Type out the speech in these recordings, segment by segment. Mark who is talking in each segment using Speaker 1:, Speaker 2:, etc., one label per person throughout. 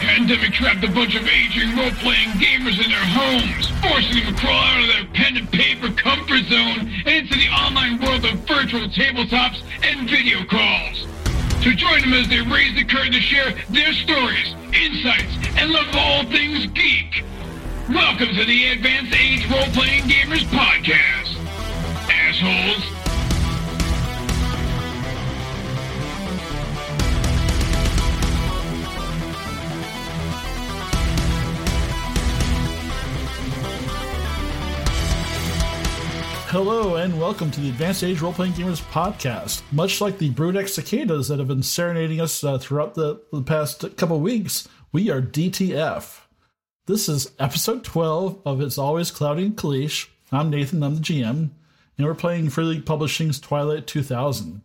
Speaker 1: pandemic trapped a bunch of aging role-playing gamers in their homes, forcing them to crawl out of their pen and paper comfort zone and into the online world of virtual tabletops and video calls. So join them as they raise the curtain to share their stories, insights, and love of all things geek. Welcome to the Advanced Age Role-Playing Gamers Podcast. Assholes.
Speaker 2: Hello and welcome to the Advanced Age Role Playing Gamers podcast. Much like the Brunex cicadas that have been serenading us uh, throughout the, the past couple weeks, we are DTF. This is episode 12 of It's Always Cloudy and Kalish. I'm Nathan, I'm the GM, and we're playing Free Publishing's Twilight 2000.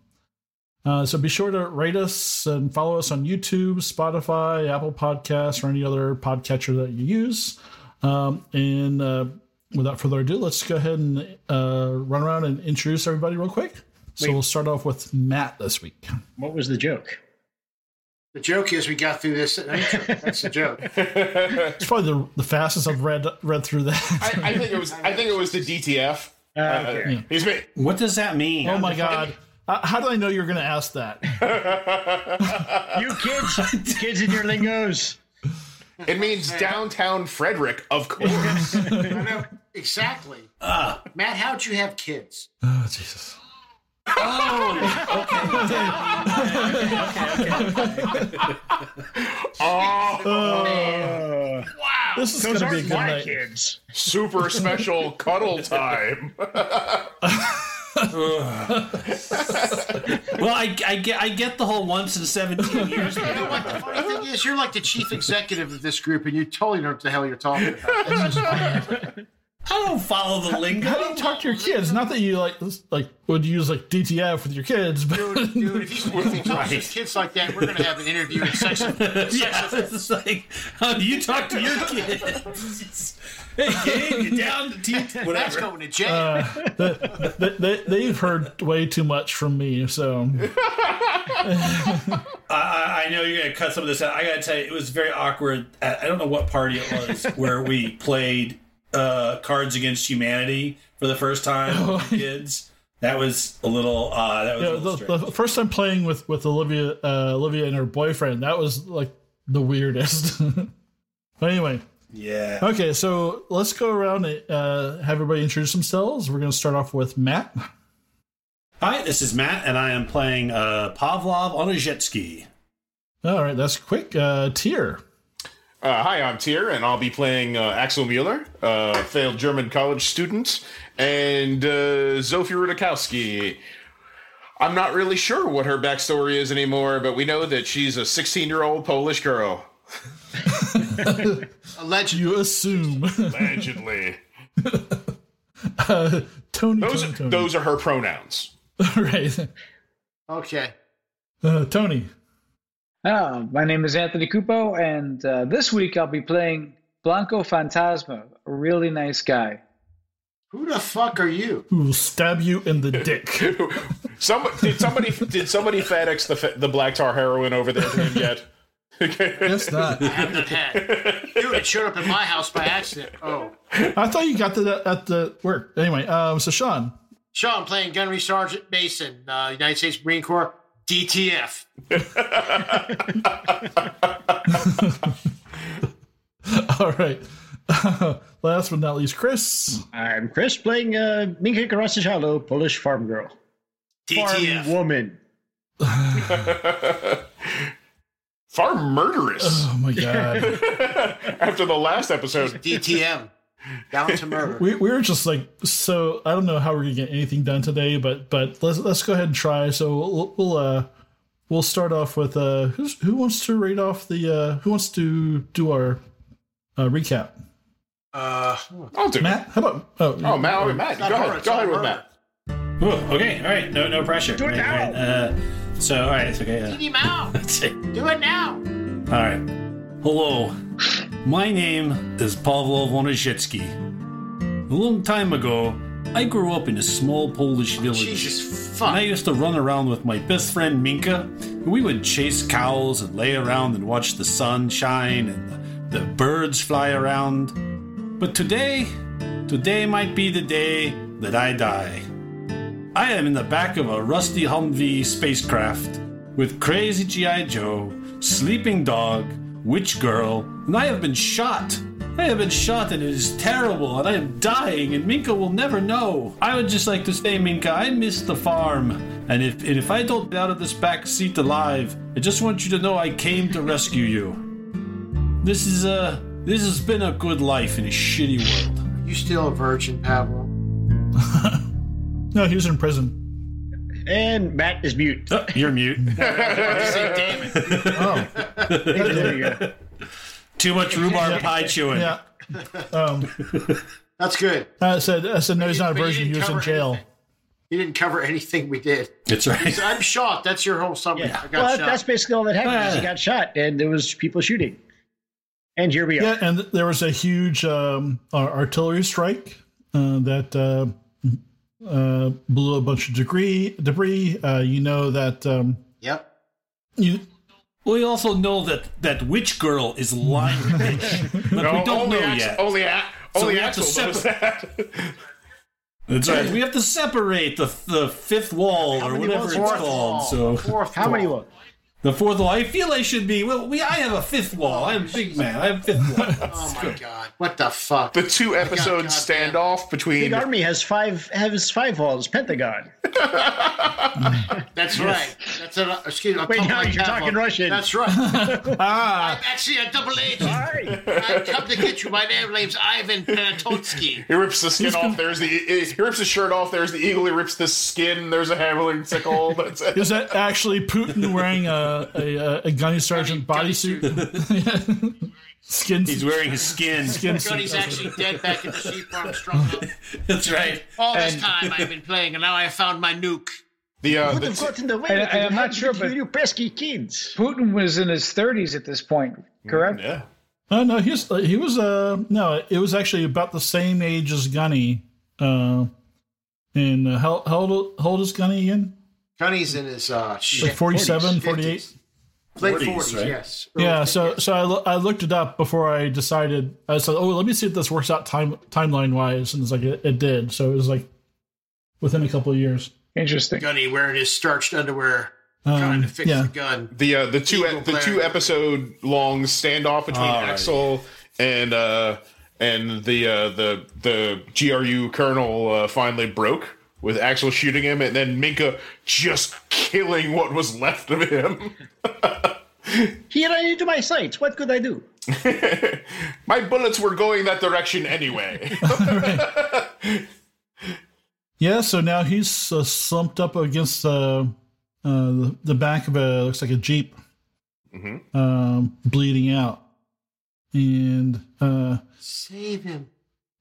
Speaker 2: Uh, so be sure to rate us and follow us on YouTube, Spotify, Apple Podcasts, or any other podcatcher that you use. Um, and uh, without further ado, let's go ahead and uh, run around and introduce everybody real quick. So
Speaker 3: Wait.
Speaker 2: we'll start off with Matt this week.
Speaker 3: What was the joke?
Speaker 4: The joke is we got through this. intro. That's the joke.
Speaker 2: It's probably the, the fastest I've read read through that.
Speaker 5: I, I think it was. I think it was the DTF.
Speaker 3: Uh, okay.
Speaker 5: He's been,
Speaker 6: What does that mean?
Speaker 2: oh my god! Uh, how did I know you were going to ask that?
Speaker 3: You kids, kids in your lingos.
Speaker 5: it means downtown Frederick, of course.
Speaker 4: I know exactly. Matt, how'd you have kids?
Speaker 2: Oh Jesus!
Speaker 5: oh,
Speaker 3: Uh,
Speaker 2: Oh. This is going to
Speaker 3: those
Speaker 2: be a good
Speaker 3: aren't my
Speaker 2: night.
Speaker 3: kids.
Speaker 5: super special cuddle time.
Speaker 6: Well, I, I get I get the whole once in seventeen years.
Speaker 4: You know what? The funny thing is, you're like the chief executive of this group, and you totally know what the hell you're talking about. That's just-
Speaker 6: I don't follow the
Speaker 2: How
Speaker 6: lingo.
Speaker 2: do you talk to your kids? Not that you like like would use like DTF with your kids, but
Speaker 4: dude, dude, if he, if he talks to kids like that, we're going to have an interview in sex.
Speaker 6: Yeah, it's like how do you talk to your kids? hey, gang, you down to teach
Speaker 4: That's
Speaker 6: whatever.
Speaker 4: going to jail.
Speaker 2: they, they, they've heard way too much from me. So
Speaker 6: I, I know you're gonna cut some of this out. I gotta tell you, it was very awkward. I, I don't know what party it was where we played uh, Cards Against Humanity for the first time with the kids. That was a little. Uh, that was
Speaker 2: you
Speaker 6: a
Speaker 2: know,
Speaker 6: little
Speaker 2: the,
Speaker 6: strange.
Speaker 2: the first time playing with with Olivia uh, Olivia and her boyfriend that was like the weirdest. but anyway,
Speaker 6: yeah.
Speaker 2: okay, so let's go around and uh, have everybody introduce themselves. We're going to start off with Matt.
Speaker 6: Hi, this is Matt, and I am playing uh, Pavlov on a jet ski.
Speaker 2: All right, that's quick. Uh, Tier.
Speaker 5: Uh, hi, I'm Tier, and I'll be playing uh, Axel Mueller, uh, failed German college student, and uh, Zofie Rudakowski. I'm not really sure what her backstory is anymore, but we know that she's a 16 year old Polish girl.
Speaker 4: Allegedly.
Speaker 2: You assume
Speaker 5: Allegedly.
Speaker 2: uh, Tony.
Speaker 5: Those,
Speaker 2: Tony, Tony.
Speaker 5: those are her pronouns.
Speaker 2: All right,
Speaker 4: Okay.
Speaker 2: uh, Tony.
Speaker 7: Ah, my name is Anthony Cupo, and uh, this week I'll be playing Blanco Fantasma, a really nice guy.
Speaker 4: Who the fuck are you?
Speaker 2: Who will stab you in the dick?
Speaker 5: Some, did somebody did somebody FedEx the fa- the black tar heroin over there to him yet?
Speaker 2: That's not.
Speaker 4: I haven't had. Dude, it showed up in my house by accident. Oh.
Speaker 2: I thought you got that at the work. Anyway, um, so Sean.
Speaker 4: Sean playing Gunnery Sergeant Mason, uh, United States Marine Corps, DTF.
Speaker 2: All right. Last but not least, Chris.
Speaker 3: I'm Chris playing uh, Minka Karasichalo, Polish farm girl.
Speaker 6: E
Speaker 3: Farm
Speaker 4: DTF.
Speaker 3: woman.
Speaker 5: Far murderous
Speaker 2: Oh my god,
Speaker 5: after the last episode.
Speaker 4: DTM. Down to murder.
Speaker 2: we we were just like so. I don't know how we're gonna get anything done today, but but let's let's go ahead and try. So we'll, we'll uh we'll start off with uh who's, who wants to read off the uh who wants to do our uh recap?
Speaker 4: Uh,
Speaker 5: I'll do it.
Speaker 2: Matt, how about oh,
Speaker 5: Oh, Matt, I'll be Matt. Go
Speaker 4: not murder,
Speaker 5: ahead.
Speaker 4: it's
Speaker 5: Go
Speaker 4: not
Speaker 5: ahead with
Speaker 4: murder.
Speaker 5: Matt.
Speaker 6: Ooh, okay, all right, no, no pressure.
Speaker 3: Do it
Speaker 6: Right,
Speaker 3: now.
Speaker 6: right, uh, so, all right, it's okay. Uh,
Speaker 4: Get him out.
Speaker 6: that's it.
Speaker 4: Do it now.
Speaker 6: All right. Hello. My name is Pavel Vonizhetsky. A long time ago, I grew up in a small Polish village.
Speaker 4: Jesus
Speaker 6: And I
Speaker 4: fuck.
Speaker 6: used to run around with my best friend Minka
Speaker 8: We would chase cows and lay around and watch the sun shine and the, the birds fly around. But today, today might be the day that I die. I am in the back of a rusty Humvee spacecraft with Crazy G.I. Joe, Sleeping Dog, Witch Girl, and I have been shot. I have been shot and it is terrible and I am dying and Minka will never know. I would just like to say, Minka, I miss the farm. And if, and if I don't get out of this back seat alive, I just want you to know I came to rescue you. This is a this has been a good life in a shitty world.
Speaker 4: You still a virgin, Pavel?
Speaker 2: No, he was in prison.
Speaker 3: And Matt is mute.
Speaker 8: Oh, you're mute.
Speaker 2: Oh,
Speaker 3: There you go.
Speaker 8: Too much rhubarb pie chewing.
Speaker 2: yeah. Um,
Speaker 4: That's good.
Speaker 2: I said, I said, no, he's not a
Speaker 4: But he
Speaker 2: virgin. He
Speaker 4: didn't
Speaker 2: was in
Speaker 4: cover
Speaker 2: jail.
Speaker 4: anything. He didn't cover anything we did.
Speaker 8: That's
Speaker 4: He said,
Speaker 8: right.
Speaker 4: I'm shot. That's your whole summary. I got
Speaker 3: Well,
Speaker 4: shot.
Speaker 3: that's basically all that happened. is he
Speaker 8: Yeah.
Speaker 3: got shot, and there was people shooting. And here we are.
Speaker 2: Yeah, and th- there was a huge um, uh, artillery strike uh, that uh, uh, blew a bunch of debris. Debris. Uh, you know that um,
Speaker 4: yep.
Speaker 2: you
Speaker 8: We also know that that witch girl is lying bitch, but we don't know
Speaker 5: only Ax-
Speaker 8: yet.
Speaker 5: Only, a-
Speaker 8: So
Speaker 5: only
Speaker 8: we have to
Speaker 5: Axel knows that.
Speaker 8: That's right. We have to separate the the fifth wall or
Speaker 4: many
Speaker 8: whatever
Speaker 4: walls?
Speaker 8: it's
Speaker 4: Fourth
Speaker 8: called.
Speaker 4: wall.
Speaker 8: So
Speaker 4: Fourth
Speaker 3: How many
Speaker 4: wall.
Speaker 3: was?
Speaker 8: the fourth wall. I feel I should be. Well, we I have a fifth wall. I'm a big man. I have fifth wall.
Speaker 4: Oh my god. What the fuck?
Speaker 5: the two
Speaker 4: God
Speaker 5: episode
Speaker 4: damn.
Speaker 5: standoff between
Speaker 3: The army has five has five walls. Pentagon.
Speaker 4: That's right. That's a excuse me. I'm
Speaker 3: Wait,
Speaker 4: talking
Speaker 3: now
Speaker 4: like
Speaker 3: you're
Speaker 4: Pavel.
Speaker 3: talking Russian. Ah.
Speaker 4: That's right. I'm actually a double agent. I come to get you. My name's Ivan Panatonsky.
Speaker 5: He rips the skin off. There's the he rips his shirt off. There's the eagle. He rips the skin. There's a hammering sickle. That's it.
Speaker 2: is that actually Putin wearing a a, a, a gunny sergeant bodysuit, skin
Speaker 8: He's
Speaker 2: suit?
Speaker 8: wearing his skin.
Speaker 2: Skin suit.
Speaker 4: Jody's actually dead back in the sheep farm struggle.
Speaker 8: That's right.
Speaker 4: All this time I've been playing, and now I have found my nuke.
Speaker 5: The uh,
Speaker 3: Would
Speaker 5: the
Speaker 3: have
Speaker 5: t-
Speaker 3: gotten away.
Speaker 7: I-
Speaker 3: with
Speaker 7: I
Speaker 3: it.
Speaker 7: am
Speaker 3: How
Speaker 7: not
Speaker 3: did
Speaker 7: sure,
Speaker 3: you
Speaker 7: but-
Speaker 3: you pesky kids.
Speaker 7: Putin was in his 30s at this point, correct?
Speaker 5: yeah.
Speaker 2: Oh no, he was he was uh no, it was actually about the same age as Gunny. Uh, and uh, how, how old how old is Gunny again?
Speaker 4: Johnny's in his uh, shit,
Speaker 2: Like 47, 48?
Speaker 4: 50s. late 40s,
Speaker 8: 40s, right?
Speaker 4: yes.
Speaker 2: Yeah,
Speaker 4: Early
Speaker 2: so
Speaker 4: 50s.
Speaker 2: so I, loo- I looked it up before I decided. I said, "Oh, let me see if this works out time timeline wise," and it's like it, it did. So it was like within a couple of years.
Speaker 7: Interesting.
Speaker 4: Gunny wearing his starched underwear,
Speaker 2: Um,
Speaker 4: trying to fix
Speaker 2: yeah.
Speaker 4: the gun.
Speaker 5: the uh, the two
Speaker 4: Eagle
Speaker 5: the two
Speaker 4: Claire.
Speaker 5: episode long standoff between
Speaker 8: All right.
Speaker 5: Axel and uh and the uh the the GRU colonel uh, finally broke with Axel shooting him and then Minka just killing what was left of him.
Speaker 3: He ran into my sights. What could I do?
Speaker 5: My bullets were going that direction anyway.
Speaker 2: Yeah, so now he's uh, slumped up against uh, uh, the back of a looks like a jeep,
Speaker 4: Mm-hmm.
Speaker 2: um, bleeding out, and uh,
Speaker 4: Save him.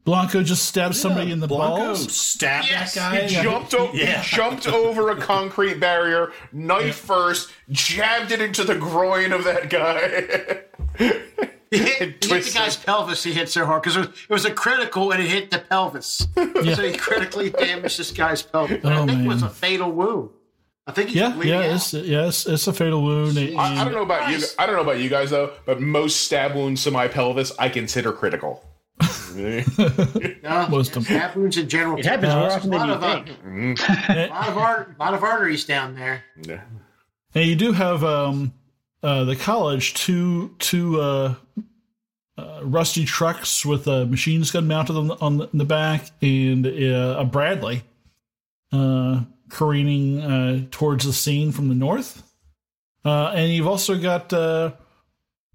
Speaker 2: Blanco just stabs somebody in the
Speaker 8: Blanco
Speaker 2: balls.
Speaker 8: stabbed
Speaker 4: Yes,
Speaker 8: that guy.
Speaker 5: jumped o-
Speaker 8: Yeah.
Speaker 5: jumped over a concrete barrier, knife first, jabbed it into the groin of that guy.
Speaker 4: He hit, he hit the
Speaker 5: twisted.
Speaker 4: guy's pelvis. He hit so hard because it, was- it was a critical, and it hit the pelvis. So he critically damaged this guy's pelvis. I
Speaker 2: Oh,
Speaker 4: think it was
Speaker 2: man.
Speaker 4: a fatal wound. I think he was
Speaker 2: Yeah,
Speaker 4: bleeding
Speaker 2: yeah,
Speaker 4: out.
Speaker 2: it's, yeah, it's, it's a fatal wound. and-
Speaker 5: I, I don't know about you.
Speaker 4: Christ.
Speaker 5: I don't know about you guys though, but most stab wounds to my pelvis I consider critical.
Speaker 4: No,
Speaker 2: Most of-
Speaker 4: stab wounds in general.
Speaker 3: It happens more often
Speaker 4: a
Speaker 3: than
Speaker 4: lot
Speaker 3: you
Speaker 4: of, uh,
Speaker 3: think.
Speaker 4: a lot of art, lot of arteries down there.
Speaker 5: Yeah.
Speaker 2: And you do have um, uh, the college two two uh, uh, rusty trucks with a machine gun mounted on the, on the, in the back and uh, a Bradley uh, careening uh, towards the scene from the north. Uh, and you've also got uh,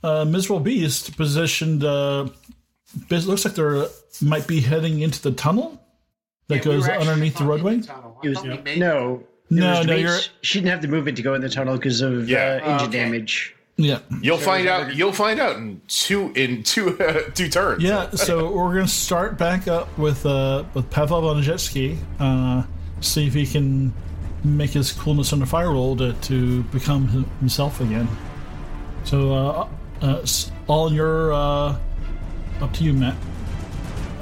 Speaker 2: uh, Miserable Beast positioned. Uh, bas- looks like they're might be heading into the tunnel that
Speaker 4: We were
Speaker 2: goes
Speaker 4: actually
Speaker 2: underneath the
Speaker 4: fucking
Speaker 2: roadway.
Speaker 4: in tunnel. I
Speaker 3: It was,
Speaker 4: thought we made-
Speaker 3: no. It
Speaker 2: No,
Speaker 3: was
Speaker 2: no,
Speaker 3: Denise.
Speaker 2: you're-
Speaker 3: She didn't have to move it to go in the tunnel because of
Speaker 5: Yeah.
Speaker 3: uh, engine
Speaker 4: okay.
Speaker 3: damage.
Speaker 2: Yeah.
Speaker 5: You'll find out. You'll find out in two in two uh, two turns.
Speaker 2: Yeah, so we're gonna start back up with uh with Pavlov on a jet ski. Uh, see if he can make his coolness under fire roll to, to become him- himself again. So uh, uh it's all your uh up to you, Matt.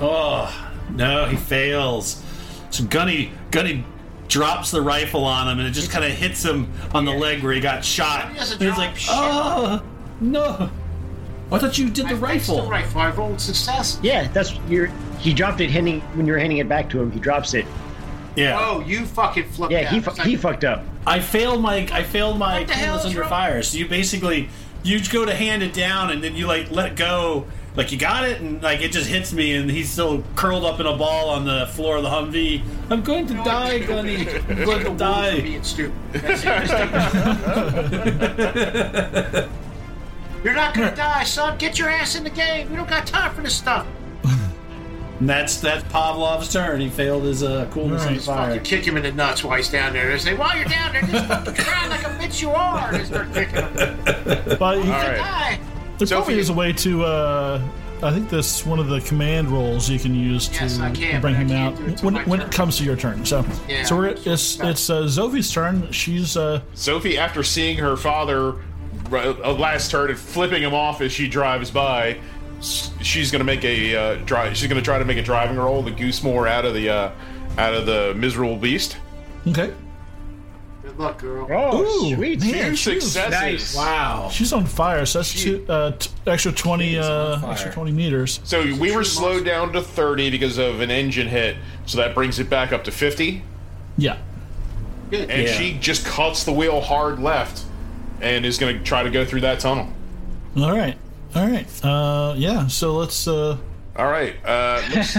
Speaker 8: Oh no, he fails. So Gunny Gunny drops the rifle on him, and it just kind of hits him on the leg where he got shot.
Speaker 4: He doesn't
Speaker 8: And he's
Speaker 4: drop
Speaker 8: like,
Speaker 4: shit.
Speaker 8: "Oh no! I thought you did the rifle."
Speaker 4: Still rifle. I rolled success.
Speaker 3: Yeah, that's you're. He dropped it handing when you're handing it back to him. He drops it.
Speaker 8: Yeah,
Speaker 4: Oh, you fucking flipped
Speaker 3: Yeah,
Speaker 4: out.
Speaker 3: he
Speaker 4: It's
Speaker 3: fu-
Speaker 4: like,
Speaker 3: he fucked up.
Speaker 8: I failed my I failed my
Speaker 4: What the hell
Speaker 8: candles
Speaker 4: is
Speaker 8: under
Speaker 4: wrong-
Speaker 8: fire. So you basically you go to hand it down and then you like let it go. Like you got it and like it just hits me and he's still curled up in a ball on the floor of the Humvee. I'm going to die, Gunny. I'm going to
Speaker 4: for
Speaker 8: die.
Speaker 4: being stupid. That's it. You're not gonna die, son. Get your ass in the game. We don't got time for this stuff.
Speaker 8: And that's that's Pavlov's turn. He failed his uh, coolness
Speaker 2: All right.
Speaker 8: under fire.
Speaker 4: Fucking kick him in the nuts while he's down there. They say, while you're down there, just fucking cry like a bitch you are. And start kicking him.
Speaker 2: But you-
Speaker 5: All right.
Speaker 4: Die.
Speaker 2: there
Speaker 5: So if
Speaker 2: probably
Speaker 5: you-
Speaker 2: is a way to. Uh, I think this is one of the command roles you can use
Speaker 4: Yes,
Speaker 2: to,
Speaker 4: I can,
Speaker 2: to bring
Speaker 4: but I
Speaker 2: him
Speaker 4: can't do it
Speaker 2: out
Speaker 4: till
Speaker 2: when,
Speaker 4: my
Speaker 2: when
Speaker 4: turn.
Speaker 2: it comes to your turn. So,
Speaker 4: Yeah.
Speaker 2: so we're it's it's uh, Zovi's turn. She's uh,
Speaker 5: Sophie, after seeing her father r- uh, last turn and flipping him off as she drives by, s- she's gonna make a uh, drive. She's gonna try to make a driving roll the goose more out of the uh, out of the miserable beast.
Speaker 2: okay.
Speaker 4: Good luck, girl.
Speaker 3: Oh,
Speaker 2: Ooh,
Speaker 3: sweet.
Speaker 2: man,
Speaker 5: Two
Speaker 2: she was-
Speaker 5: successes.
Speaker 8: Wow.
Speaker 2: She's on fire, so that's two, uh, t- extra twenty, uh,
Speaker 8: fire.
Speaker 2: extra twenty meters.
Speaker 5: So we were slowed down to thirty because of an engine hit. So that brings it back up to fifty,
Speaker 2: Yeah,
Speaker 5: and
Speaker 8: Yeah.
Speaker 5: she just cuts the wheel hard left, and is gonna try to go through that tunnel.
Speaker 2: all right, all right. Uh, yeah, so let's. Uh,
Speaker 5: All right. Uh, looks-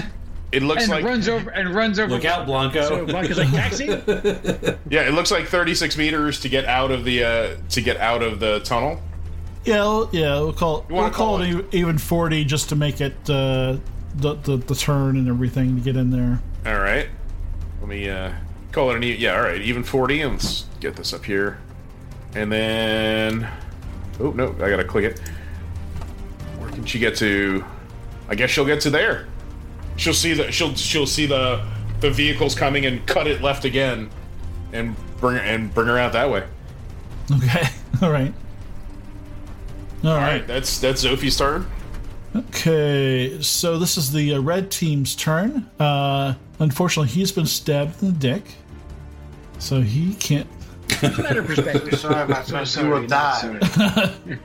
Speaker 5: it looks
Speaker 7: and
Speaker 5: like
Speaker 7: runs over and runs over.
Speaker 8: Look out, Blanco.
Speaker 3: Blanca's like taxi.
Speaker 5: yeah, it looks like thirty-six meters to get out of the uh, to get out of the tunnel.
Speaker 2: yeah, we'll- yeah, we'll call it.
Speaker 5: wanna
Speaker 2: We'll call,
Speaker 5: call
Speaker 2: it, e- even forty just to make it uh, the, the the turn and everything to get in there.
Speaker 5: All right. Let me uh, call it an even. Yeah, all right. Even 40. And let's get this up here. And then. Oh, no. I got to click it. Where can she get to? I guess she'll get to there. She'll see the she'll she'll see the the vehicles coming and cut it left again, and bring her and bring her out that way.
Speaker 2: Okay, all right, all
Speaker 5: All
Speaker 2: right.
Speaker 5: right, that's that's Sophie's turn.
Speaker 2: Okay, so this is the uh, red team's turn. Uh, unfortunately, he's been stabbed in the dick, so he can't.
Speaker 3: Better perspective.
Speaker 4: Sorry about that. You will die. You're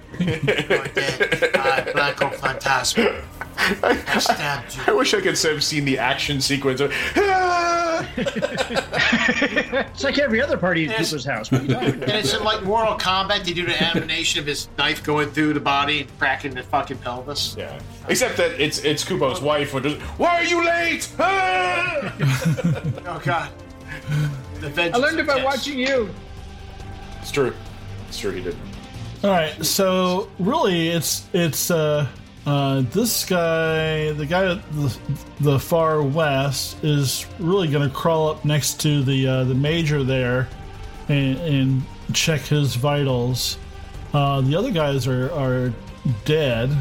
Speaker 4: dead. I, Blanco Fantasma. I stabbed
Speaker 5: I
Speaker 4: you.
Speaker 5: wish I could have seen the action sequence. Of, "Ah!"
Speaker 3: It's like every other party at Koopa's house. What are you talking
Speaker 4: And it's in like Mortal Kombat. They do the animation of his knife going through the body and cracking the fucking pelvis.
Speaker 5: Yeah. Except that it's it's Kubo's wife. Who does, Why are you late? Ah!
Speaker 4: Oh God. The
Speaker 7: I learned it by
Speaker 4: watching.
Speaker 7: watching you.
Speaker 5: It's true. It's true. He didn't.
Speaker 2: All right, so really, it's it's uh, uh, this guy, the guy at the, the far west, is really going to crawl up next to the uh, the major there, and, and check his vitals. Uh, the other guys are are dead.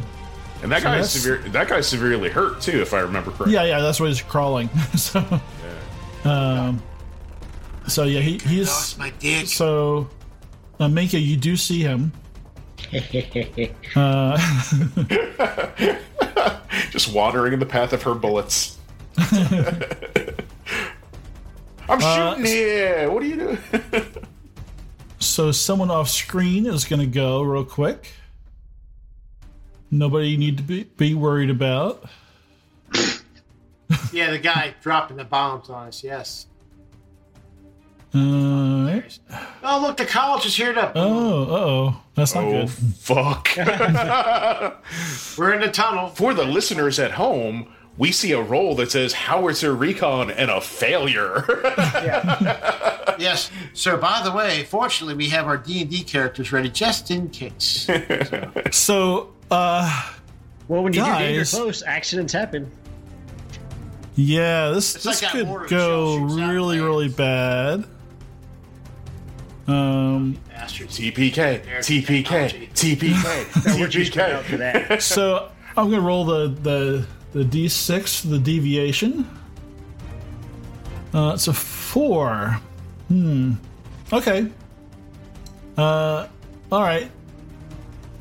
Speaker 5: And that guy's
Speaker 2: that's-
Speaker 5: severe. That guy's severely hurt too, if I remember correctly.
Speaker 2: Yeah, yeah, that's why he's crawling. so, um, so yeah, he, he's
Speaker 4: Lost my dick.
Speaker 2: so. Uh, Minka, you do see him.
Speaker 3: about?
Speaker 5: Just wandering in the path of her bullets. I'm
Speaker 2: Uh,
Speaker 5: shooting here. What are you doing?
Speaker 2: So someone off screen is going to go real quick. Nobody you need to be, be worried about.
Speaker 4: Yeah, the guy dropping the bombs on us. Yes.
Speaker 2: Uh,
Speaker 4: Oh, look, the college is here to.
Speaker 2: oh, oh, that's not
Speaker 5: oh
Speaker 2: good.
Speaker 5: fuck!
Speaker 4: We're in the tunnel.
Speaker 5: For the listeners at home, we see a roll that says Howitzer Recon and a failure.
Speaker 4: Yes. So, by the way, fortunately, we have our D and D characters ready just in case.
Speaker 2: So, uh,
Speaker 3: well, when you do danger
Speaker 2: Guys.
Speaker 3: close, accidents happen.
Speaker 2: yeah, this
Speaker 4: like
Speaker 2: this
Speaker 4: that
Speaker 2: could
Speaker 4: horror
Speaker 2: go
Speaker 4: show shoots out
Speaker 2: really,
Speaker 4: there.
Speaker 2: really bad. Um,
Speaker 4: Bastards.
Speaker 5: TPK, TPK, TPK,
Speaker 3: Out for
Speaker 5: TPK.
Speaker 3: that.
Speaker 2: so I'm gonna roll the the the d6, the deviation. Uh, it's a four. Hmm. Okay. Uh, all right.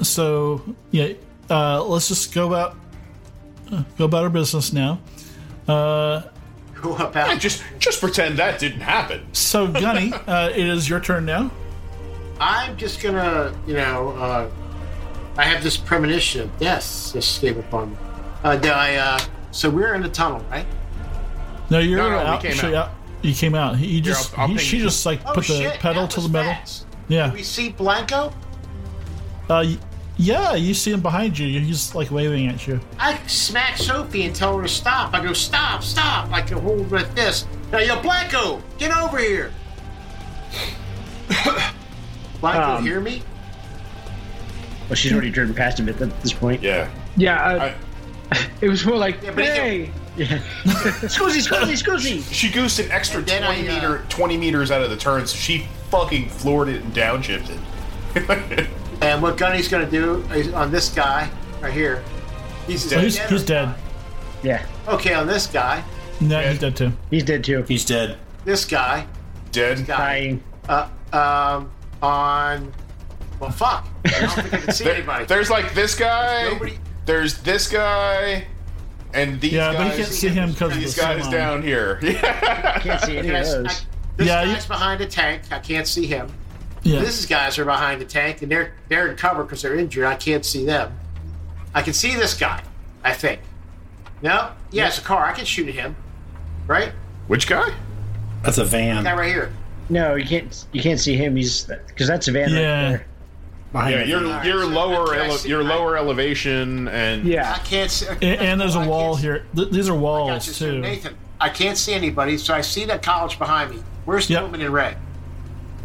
Speaker 2: So yeah, uh, let's just go about uh, go about our business now. Uh,
Speaker 4: What about
Speaker 5: Just just pretend that didn't happen.
Speaker 2: So, Gunny, uh, it is your turn now.
Speaker 4: I'm just gonna, you know, uh, I have this premonition of death just came upon me. Uh, do I, uh, so we're in the tunnel, right?
Speaker 2: No, you're
Speaker 9: No, no, we
Speaker 2: out.
Speaker 9: came
Speaker 2: she,
Speaker 9: out.
Speaker 2: out- You came out. He you just
Speaker 9: I'll- I'll
Speaker 2: he-
Speaker 9: ping
Speaker 2: she
Speaker 9: you.
Speaker 2: just like
Speaker 4: Oh,
Speaker 2: put the
Speaker 4: shit,
Speaker 2: pedal
Speaker 4: that
Speaker 2: to the
Speaker 4: was
Speaker 2: metal.
Speaker 4: fast.
Speaker 2: Yeah.
Speaker 4: We see Blanco.
Speaker 2: Uh, y- yeah, you see him behind you. He's like waving at you.
Speaker 4: I smack Sophie and tell her to stop. I go, stop, stop. I can hold with this. Now, yo, Blanco, get over here. Blanco,
Speaker 3: Um,
Speaker 4: hear me?
Speaker 3: Well, she's already driven past him at th- this point.
Speaker 5: Yeah.
Speaker 7: Yeah, uh,
Speaker 5: I-
Speaker 7: it was more like,
Speaker 4: Yeah, but he-
Speaker 7: hey,
Speaker 3: Scoozy, scoozy, scoozy.
Speaker 5: She goosed an extra
Speaker 4: And then
Speaker 5: 20,
Speaker 4: I, uh,
Speaker 5: meter, 20 meters out of the turn, so she fucking floored it and downshifted.
Speaker 4: And what Gunny's gonna do is on this guy right here. He's
Speaker 2: Oh,
Speaker 5: Dead.
Speaker 2: he's,
Speaker 4: or
Speaker 2: he's dead.
Speaker 3: Yeah,
Speaker 4: Okay, on this guy,
Speaker 2: No, he's dead too.
Speaker 3: he's dead too.
Speaker 6: He's dead.
Speaker 4: this guy,
Speaker 5: Dead.
Speaker 4: guy.
Speaker 3: Dying.
Speaker 4: Uh, um, on. Well, fuck. I don't think I can see
Speaker 5: There-
Speaker 4: anybody.
Speaker 5: there's like this guy,
Speaker 4: Nobody-
Speaker 5: there's this guy, and these
Speaker 2: Yeah,
Speaker 5: guys.
Speaker 2: but he can't see him because
Speaker 5: these guys down here.
Speaker 3: Can't see any of
Speaker 4: Yes, I-
Speaker 3: those.
Speaker 4: this
Speaker 2: Yeah, you-
Speaker 4: guy's behind a tank. I can't see him.
Speaker 2: Yeah.
Speaker 4: These guys are behind the tank, and they're they're in cover because they're injured. I can't see them. I can see this guy. I think. No. Yeah, it's a car. I can shoot at him. Right.
Speaker 5: Which guy?
Speaker 6: That's a
Speaker 4: Guy
Speaker 6: van.
Speaker 4: right here.
Speaker 3: No, you can't. You can't see him. He's because that's a van
Speaker 2: Yeah.
Speaker 3: right there.
Speaker 5: Yeah, you're you're
Speaker 4: so
Speaker 5: lower
Speaker 4: can I
Speaker 5: ele-
Speaker 4: see-
Speaker 5: you're
Speaker 4: I-
Speaker 5: lower elevation and
Speaker 4: I
Speaker 7: yeah,
Speaker 4: can't see.
Speaker 2: A- And, there's
Speaker 4: I
Speaker 2: a
Speaker 4: can't
Speaker 2: wall
Speaker 4: see-
Speaker 2: here. Th- these are
Speaker 4: Gotcha,
Speaker 2: walls
Speaker 4: so
Speaker 2: too.
Speaker 4: Nathan, I can't see anybody, so I see that college behind me. Where's the
Speaker 2: Yep.
Speaker 4: woman in red?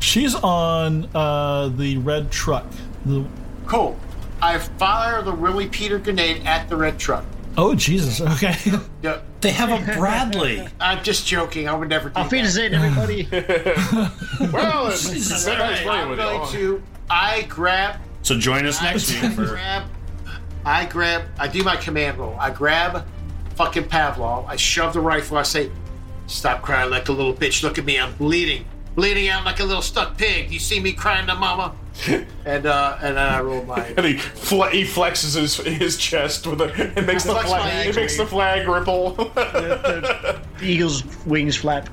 Speaker 2: She's on uh, the red truck. The,
Speaker 4: Cool. I fire the Willie Peter grenade at the red truck.
Speaker 2: oh Jesus! Okay.
Speaker 4: No,
Speaker 6: They have a Bradley.
Speaker 4: I'm just joking. I would never do
Speaker 3: I'll feed
Speaker 4: that.
Speaker 3: his in, everybody.
Speaker 5: well, it's- somebody's
Speaker 6: Christ.
Speaker 5: playing
Speaker 4: I'm
Speaker 5: with
Speaker 4: going
Speaker 5: it.
Speaker 4: to. I grab.
Speaker 6: So join us next week
Speaker 4: I
Speaker 6: for
Speaker 4: grab. I grab. I do my command roll. I grab fucking Pavlov. I shove the rifle. I say, "Stop crying like a little bitch. Look at me. I'm bleeding, bleeding out like a little stuck pig. You see me crying to mama." and uh, and then I roll my.
Speaker 5: And he, fle- he flexes his his chest with a it makes the
Speaker 4: Flex my
Speaker 5: flag it
Speaker 4: ankle.
Speaker 5: makes the flag ripple. Oh,
Speaker 3: The eagle's wings flap.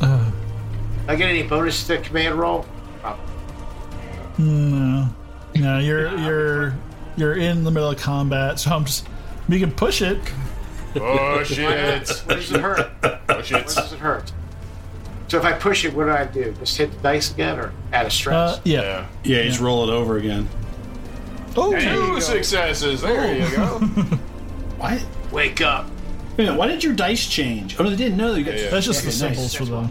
Speaker 4: I get any bonus to the command roll?
Speaker 2: no, you're you're you're in the middle of combat, so I'm just. You can push it.
Speaker 5: oh shit!
Speaker 4: What does it hurt?
Speaker 5: Oh shit!
Speaker 4: What does it hurt? So if I push it, what do I do? Just hit the dice again, or add a stress?
Speaker 2: Uh, yeah.
Speaker 5: Yeah.
Speaker 8: Yeah, he's roll it over again.
Speaker 2: Oh,
Speaker 5: Two successes. There you go.
Speaker 9: What?
Speaker 4: Wake up.
Speaker 9: Wait a minute, why did your dice change? Oh, they didn't know that you got.
Speaker 5: Yeah, yeah.
Speaker 2: that's just the
Speaker 9: Okay, nice.
Speaker 2: symbols for the.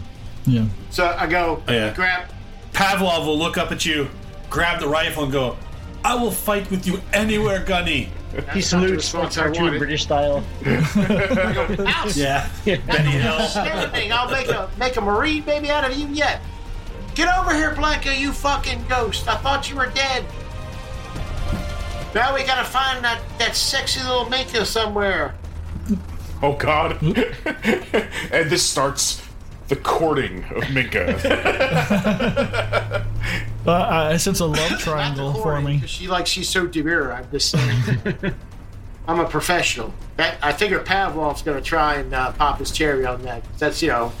Speaker 2: Yeah.
Speaker 4: So I go
Speaker 6: yeah.
Speaker 4: grab.
Speaker 6: Pavlov will look up at you, grab the rifle, and go, I will fight with you anywhere, Gunny.
Speaker 3: He salutes
Speaker 4: response I
Speaker 3: cartoon
Speaker 4: wanted.
Speaker 3: British style.
Speaker 4: Ouch!
Speaker 6: Yeah.
Speaker 4: Everything. I'll make a make a marine baby out of you yet. Get over here, Blanca, you fucking ghost. I thought you were dead. Now we gotta find that, that sexy little Minka somewhere.
Speaker 5: Oh god. and this starts the courting of Minka.
Speaker 2: Uh, I I sense a love
Speaker 4: Not the
Speaker 2: triangle for
Speaker 4: Cory,
Speaker 2: me.
Speaker 4: 'cause She like she's so demure. I'm just saying. I'm a professional. That, I figure Pavlov's gonna try and uh, pop his cherry on that. That's you know,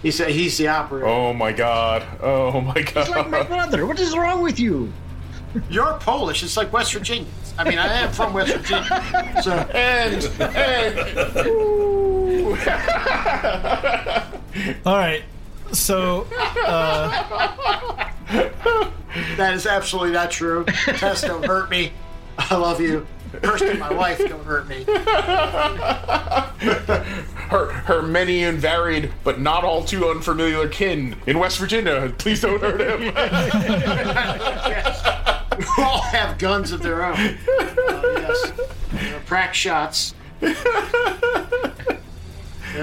Speaker 4: he's he's the operator.
Speaker 5: oh my god. Oh my
Speaker 3: Like my
Speaker 5: god.
Speaker 3: brother. What is wrong with you?
Speaker 4: You're Polish. It's like West Virginians. I mean, I am from West Virginia, so.
Speaker 5: And and ooh.
Speaker 2: All right. So
Speaker 4: That is absolutely not true. Tess, don't hurt me. I love you. Kirsten, my wife, don't hurt me.
Speaker 5: her her many and varied but not all too unfamiliar kin in West Virginia. Please don't hurt him.
Speaker 4: Who all have guns of their own. Uh, yes. They're Crack shots. And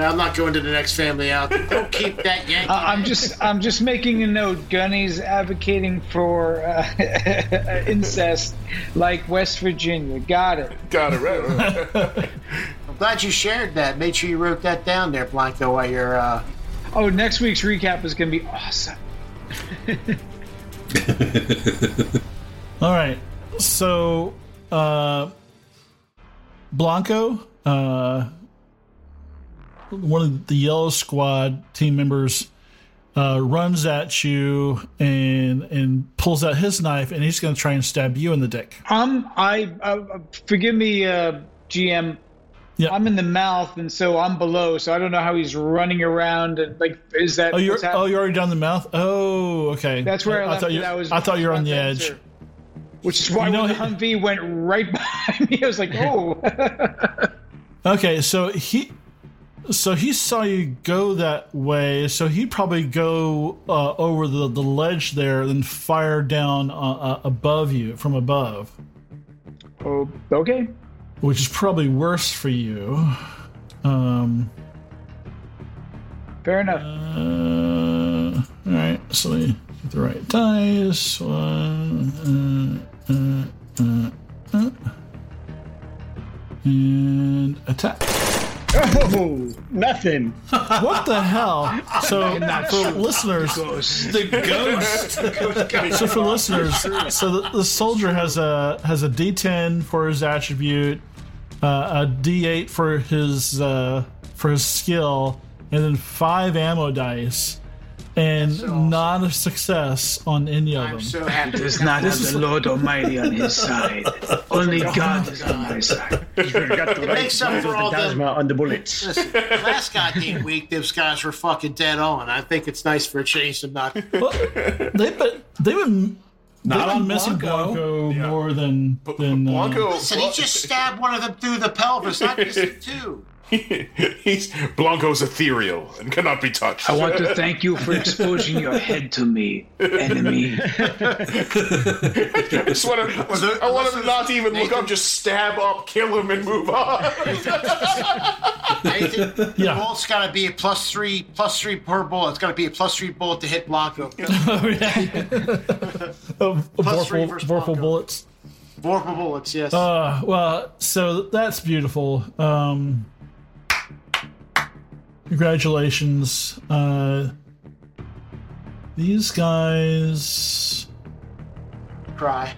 Speaker 4: I'm not going to the next family out. there. Don't keep that Yankee.
Speaker 7: I- I'm just, I'm just making a note. Gunny's advocating for uh, incest, like West Virginia. Got it.
Speaker 5: Got it right.
Speaker 4: I'm glad you shared that. Make sure you wrote that down there, Blanco, while you're. Uh...
Speaker 7: Oh, next week's recap is gonna be awesome.
Speaker 2: All right. So, uh, Blanco, uh, one of the yellow squad team members uh, runs at you and and pulls out his knife and he's going to try and stab you in the dick.
Speaker 7: I'm I uh, forgive me, uh, GM.
Speaker 2: Yeah.
Speaker 7: I'm in the mouth, and so I'm below, so I don't know how he's running around. And like, is that
Speaker 2: Oh, you're
Speaker 7: what's happening?
Speaker 2: oh, you're already down the mouth. Oh, okay.
Speaker 7: That's where I, left
Speaker 2: thought
Speaker 7: it.
Speaker 2: you.
Speaker 7: I was.
Speaker 2: I thought you were on the edge.
Speaker 7: left answer. Which is why
Speaker 2: You know,
Speaker 7: when the
Speaker 2: he-
Speaker 7: Humvee went right by me, I was like, "Oh,
Speaker 2: Okay, so he, so he saw you go that way. So he'd probably go uh, over the, the ledge there and fire down uh, uh, above you from above,
Speaker 7: oh okay."
Speaker 2: which is probably worse for you. Um,
Speaker 7: Fair enough.
Speaker 2: Uh, all right, so let me get the right dice. One, uh, uh, uh, uh. And attack.
Speaker 3: Oh, nothing.
Speaker 2: What the hell? So for listeners,
Speaker 6: The ghost.
Speaker 2: so for listeners, so the, the soldier has a has a D10 for his attribute, uh, a D8 for his uh, for his skill, and then five ammo dice, and not a success on any of them.
Speaker 4: I'm so happy.
Speaker 10: Does not have the Lord Almighty on his side. Only God is on my side.
Speaker 3: It
Speaker 4: makes up for all the-
Speaker 3: on the bullets.
Speaker 4: Listen, last goddamn week, those guys were fucking dead on. I think it's nice for a change to not.
Speaker 2: Well, they've been they've been
Speaker 8: Not
Speaker 2: they've been
Speaker 8: on
Speaker 2: missing
Speaker 8: Blanco.
Speaker 2: Blanco more than than uh,
Speaker 5: Blanco,
Speaker 4: Listen, he just stabbed one of them through the pelvis. I missed it too.
Speaker 5: he's Blanco's ethereal and cannot be touched.
Speaker 10: I want to thank you for exposing your head to me, enemy.
Speaker 5: I just want to. I want him to not even look up. Just stab up, kill him, and move on.
Speaker 4: Nathan,
Speaker 2: Yeah.
Speaker 4: the bolt's got to be a plus three, plus three per bullet. It's got to be a plus three bullet to hit Blanco.
Speaker 2: oh, yeah. of of
Speaker 4: Plus three
Speaker 2: Vorpal,
Speaker 4: versus
Speaker 2: Vorpal
Speaker 4: Blanco.
Speaker 2: bullets.
Speaker 4: Four per bullets, yes.
Speaker 2: Uh, well, so that's beautiful. Um, congratulations. Uh, these guys,
Speaker 4: Cry.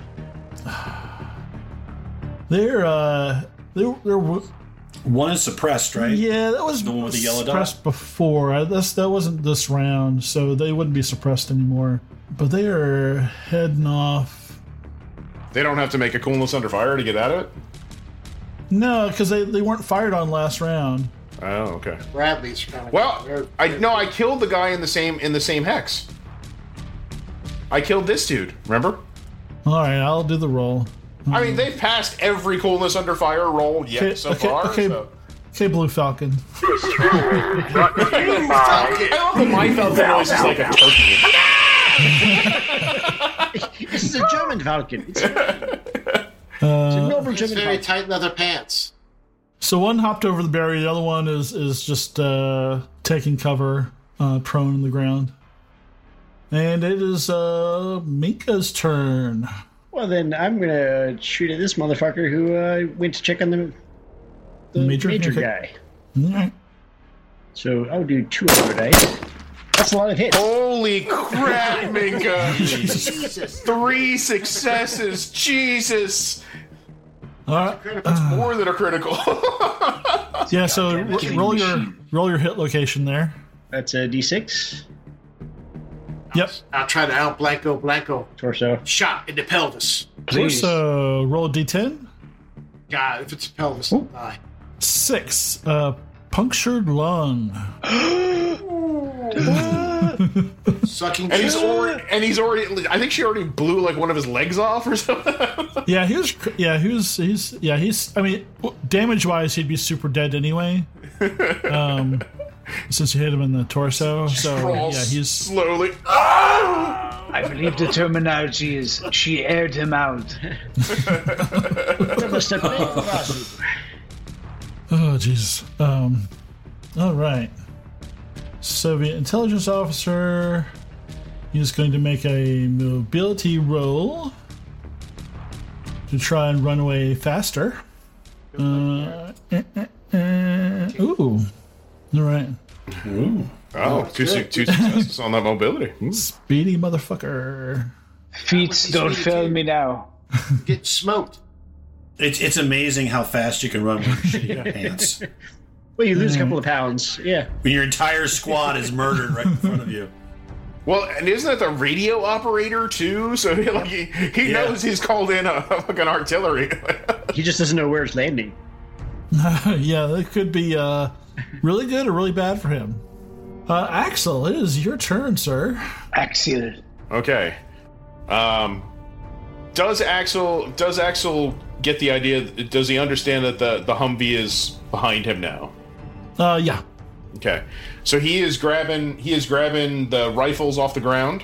Speaker 2: they're uh, they're they're
Speaker 6: One is suppressed, right?
Speaker 2: Yeah, that was
Speaker 6: The one with the yellow dot?
Speaker 2: suppressed before. I, that's, that wasn't this round, so they wouldn't be suppressed anymore. But they are heading off.
Speaker 5: They don't have to make a coolness under fire to get out of it.
Speaker 2: No, because they, they weren't fired on last round.
Speaker 5: Oh, okay.
Speaker 4: Bradley's kind of.
Speaker 5: Well, I no, I killed the guy in the same in the same hex. I killed this dude. Remember?
Speaker 2: All right, I'll do the roll.
Speaker 5: I mean, they've passed every coolness under fire roll yet
Speaker 2: Hmm. Okay,
Speaker 5: so
Speaker 2: okay,
Speaker 5: far.
Speaker 2: okay.
Speaker 5: so-
Speaker 2: Okay, Blue Falcon.
Speaker 5: I love the my falcon noise is like a turkey.
Speaker 3: This is a German Falcon. It's a, it's a noble
Speaker 4: It's
Speaker 3: German
Speaker 4: very
Speaker 3: Falcon.
Speaker 4: tight leather pants.
Speaker 2: So one hopped over the barrier. The other one is is just uh, taking cover, uh, prone on the ground. And it is uh, Minka's turn.
Speaker 3: Well, then I'm gonna shoot at this motherfucker who uh, went to check on the, the
Speaker 2: Major?
Speaker 3: major,
Speaker 2: Okay.
Speaker 3: guy.
Speaker 2: All right.
Speaker 3: So I'll do two other dice. That's a lot of hits.
Speaker 5: Holy crap, Minka!
Speaker 4: Jesus.
Speaker 5: Three successes. Jesus,
Speaker 2: All right. Uh,
Speaker 5: it's more than a critical.
Speaker 2: Yeah, so ro- roll your roll your hit location there.
Speaker 3: That's a D6
Speaker 2: Yep.
Speaker 4: I'll try to out Blanco Blanco.
Speaker 3: torso.
Speaker 4: Shot in the pelvis.
Speaker 10: Please.
Speaker 2: So roll a d10.
Speaker 4: God, if it's a pelvis, I'll die.
Speaker 2: Six. Uh, punctured lung.
Speaker 4: Sucking
Speaker 5: and he's
Speaker 4: juice.
Speaker 5: already, and he's already. I think she already blew like one of his legs off or something.
Speaker 2: Yeah, he was. cr- Yeah, he was. He's. Yeah, he's. I mean, damage wise, he'd be super dead anyway. Um, since you hit him in the torso. So
Speaker 5: Crawls
Speaker 2: yeah, he's.
Speaker 5: slowly. Ah!
Speaker 10: I believe the terminology is she aired him out.
Speaker 3: Double step. Velocity.
Speaker 2: Oh Jesus. Um. All right. Soviet intelligence officer. He's going to make a mobility roll to try and run away faster. Uh, eh, eh, eh. Ooh. All right.
Speaker 5: Oh, two, su- two successes on that mobility. Hmm.
Speaker 2: Speedy motherfucker.
Speaker 7: Feats don't fail me now.
Speaker 4: Get smoked.
Speaker 6: It's, it's amazing how fast you can run with shitty pants.
Speaker 3: Well, you lose a
Speaker 2: Mm.
Speaker 3: couple of pounds. Yeah.
Speaker 6: When your entire squad is murdered right in front of you.
Speaker 5: Well, and isn't that the radio operator too? So he, like, he, he
Speaker 6: Yeah.
Speaker 5: knows he's called in a fucking artillery.
Speaker 3: He just doesn't know where it's landing.
Speaker 2: yeah, that could be uh, really good or really bad for him. Uh, Axel, it is your turn, sir.
Speaker 10: Axial.
Speaker 5: okay. Um, does Axel does Axel get the idea? Does he understand that the the Humvee is behind him now?
Speaker 2: Uh, yeah.
Speaker 5: Okay, so he is grabbing he is grabbing the rifles off the ground.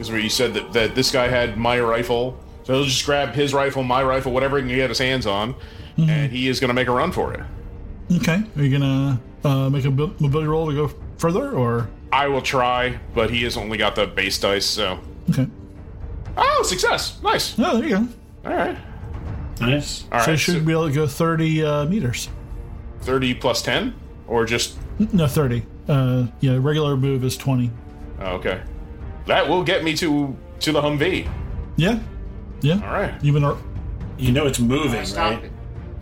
Speaker 5: Is where you said that, that this guy had my rifle, so he'll just grab his rifle, my rifle, whatever he can get his hands on,
Speaker 2: Mm-hmm.
Speaker 5: and he is going to make a run for it.
Speaker 2: Okay. Are you gonna uh, make a mo- mobility roll to go further, or
Speaker 5: I will try, but he has only got the base dice, so
Speaker 2: okay?
Speaker 5: oh, success, nice.
Speaker 2: Oh, there you go.
Speaker 5: All right,
Speaker 9: Nice.
Speaker 5: all right.
Speaker 2: So you
Speaker 5: so
Speaker 2: should be able to go thirty uh, meters.
Speaker 5: Thirty plus ten, or just
Speaker 2: No, thirty. Uh, yeah, regular move is twenty.
Speaker 5: oh, okay. That will get me to to the Humvee.
Speaker 2: Yeah, yeah.
Speaker 5: All right.
Speaker 2: You've been ar-
Speaker 6: You know it's moving,
Speaker 4: Stop
Speaker 6: right?
Speaker 4: it.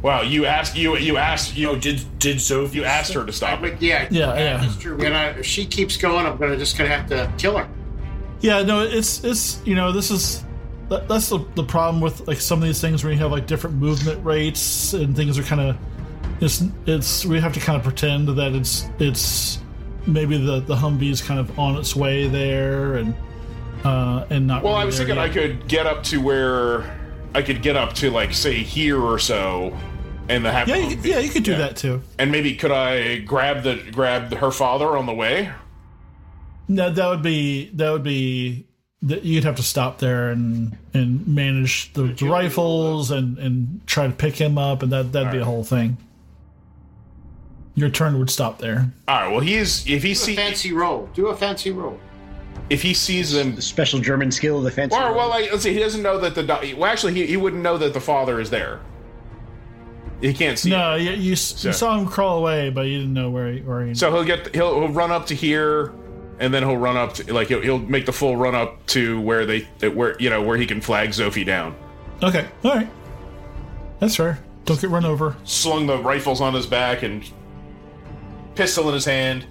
Speaker 5: Wow, you asked you you asked you
Speaker 6: Oh, did did Sophie?
Speaker 5: you asked her to
Speaker 4: I
Speaker 5: stop it.
Speaker 4: would- yeah,
Speaker 2: yeah, yeah,
Speaker 4: It's true. We're gonna, if she keeps going, I'm gonna just gonna have to kill her.
Speaker 2: yeah. No, it's it's you know this is that, that's the, the problem with like some of these things where you have like different movement rates and things are kind of it's it's we have to kind of pretend that it's it's maybe the the Humvee's kind of on its way there and uh and not.
Speaker 5: Well, I
Speaker 2: really
Speaker 5: was
Speaker 2: there
Speaker 5: thinking I
Speaker 2: yet.
Speaker 5: could get up to where I could get up to like say here or so, and the have
Speaker 2: Yeah,
Speaker 5: the
Speaker 2: you,
Speaker 5: Humvee.
Speaker 2: yeah, you could do that too.
Speaker 5: And maybe could I grab the grab her father on the way?
Speaker 2: No, that would be that would be that you'd have to stop there and and manage the, the rifles and and try to pick him up, and that that'd be a whole thing. Your turn would stop there.
Speaker 5: All right. Well, he's if he
Speaker 4: Do a
Speaker 5: sees
Speaker 4: fancy roll. Do a fancy roll.
Speaker 5: if he sees them.
Speaker 3: The special German skill of the fancy.
Speaker 5: Or well, like, let's see. He doesn't know that the do- well. Actually, he, he wouldn't know that the father is there. He can't see. it.
Speaker 2: No, you you, s
Speaker 5: So-
Speaker 2: you saw him crawl away, but you didn't know where he where he.
Speaker 5: So he'll get he'll, he'll run up to here, and then he'll run up to, like he'll, he'll make the full run up to where they that where you know where he can flag Zophie down.
Speaker 2: okay, all right, that's fair. Don't get run over.
Speaker 5: Slung the rifles on his back and pistol in his hand.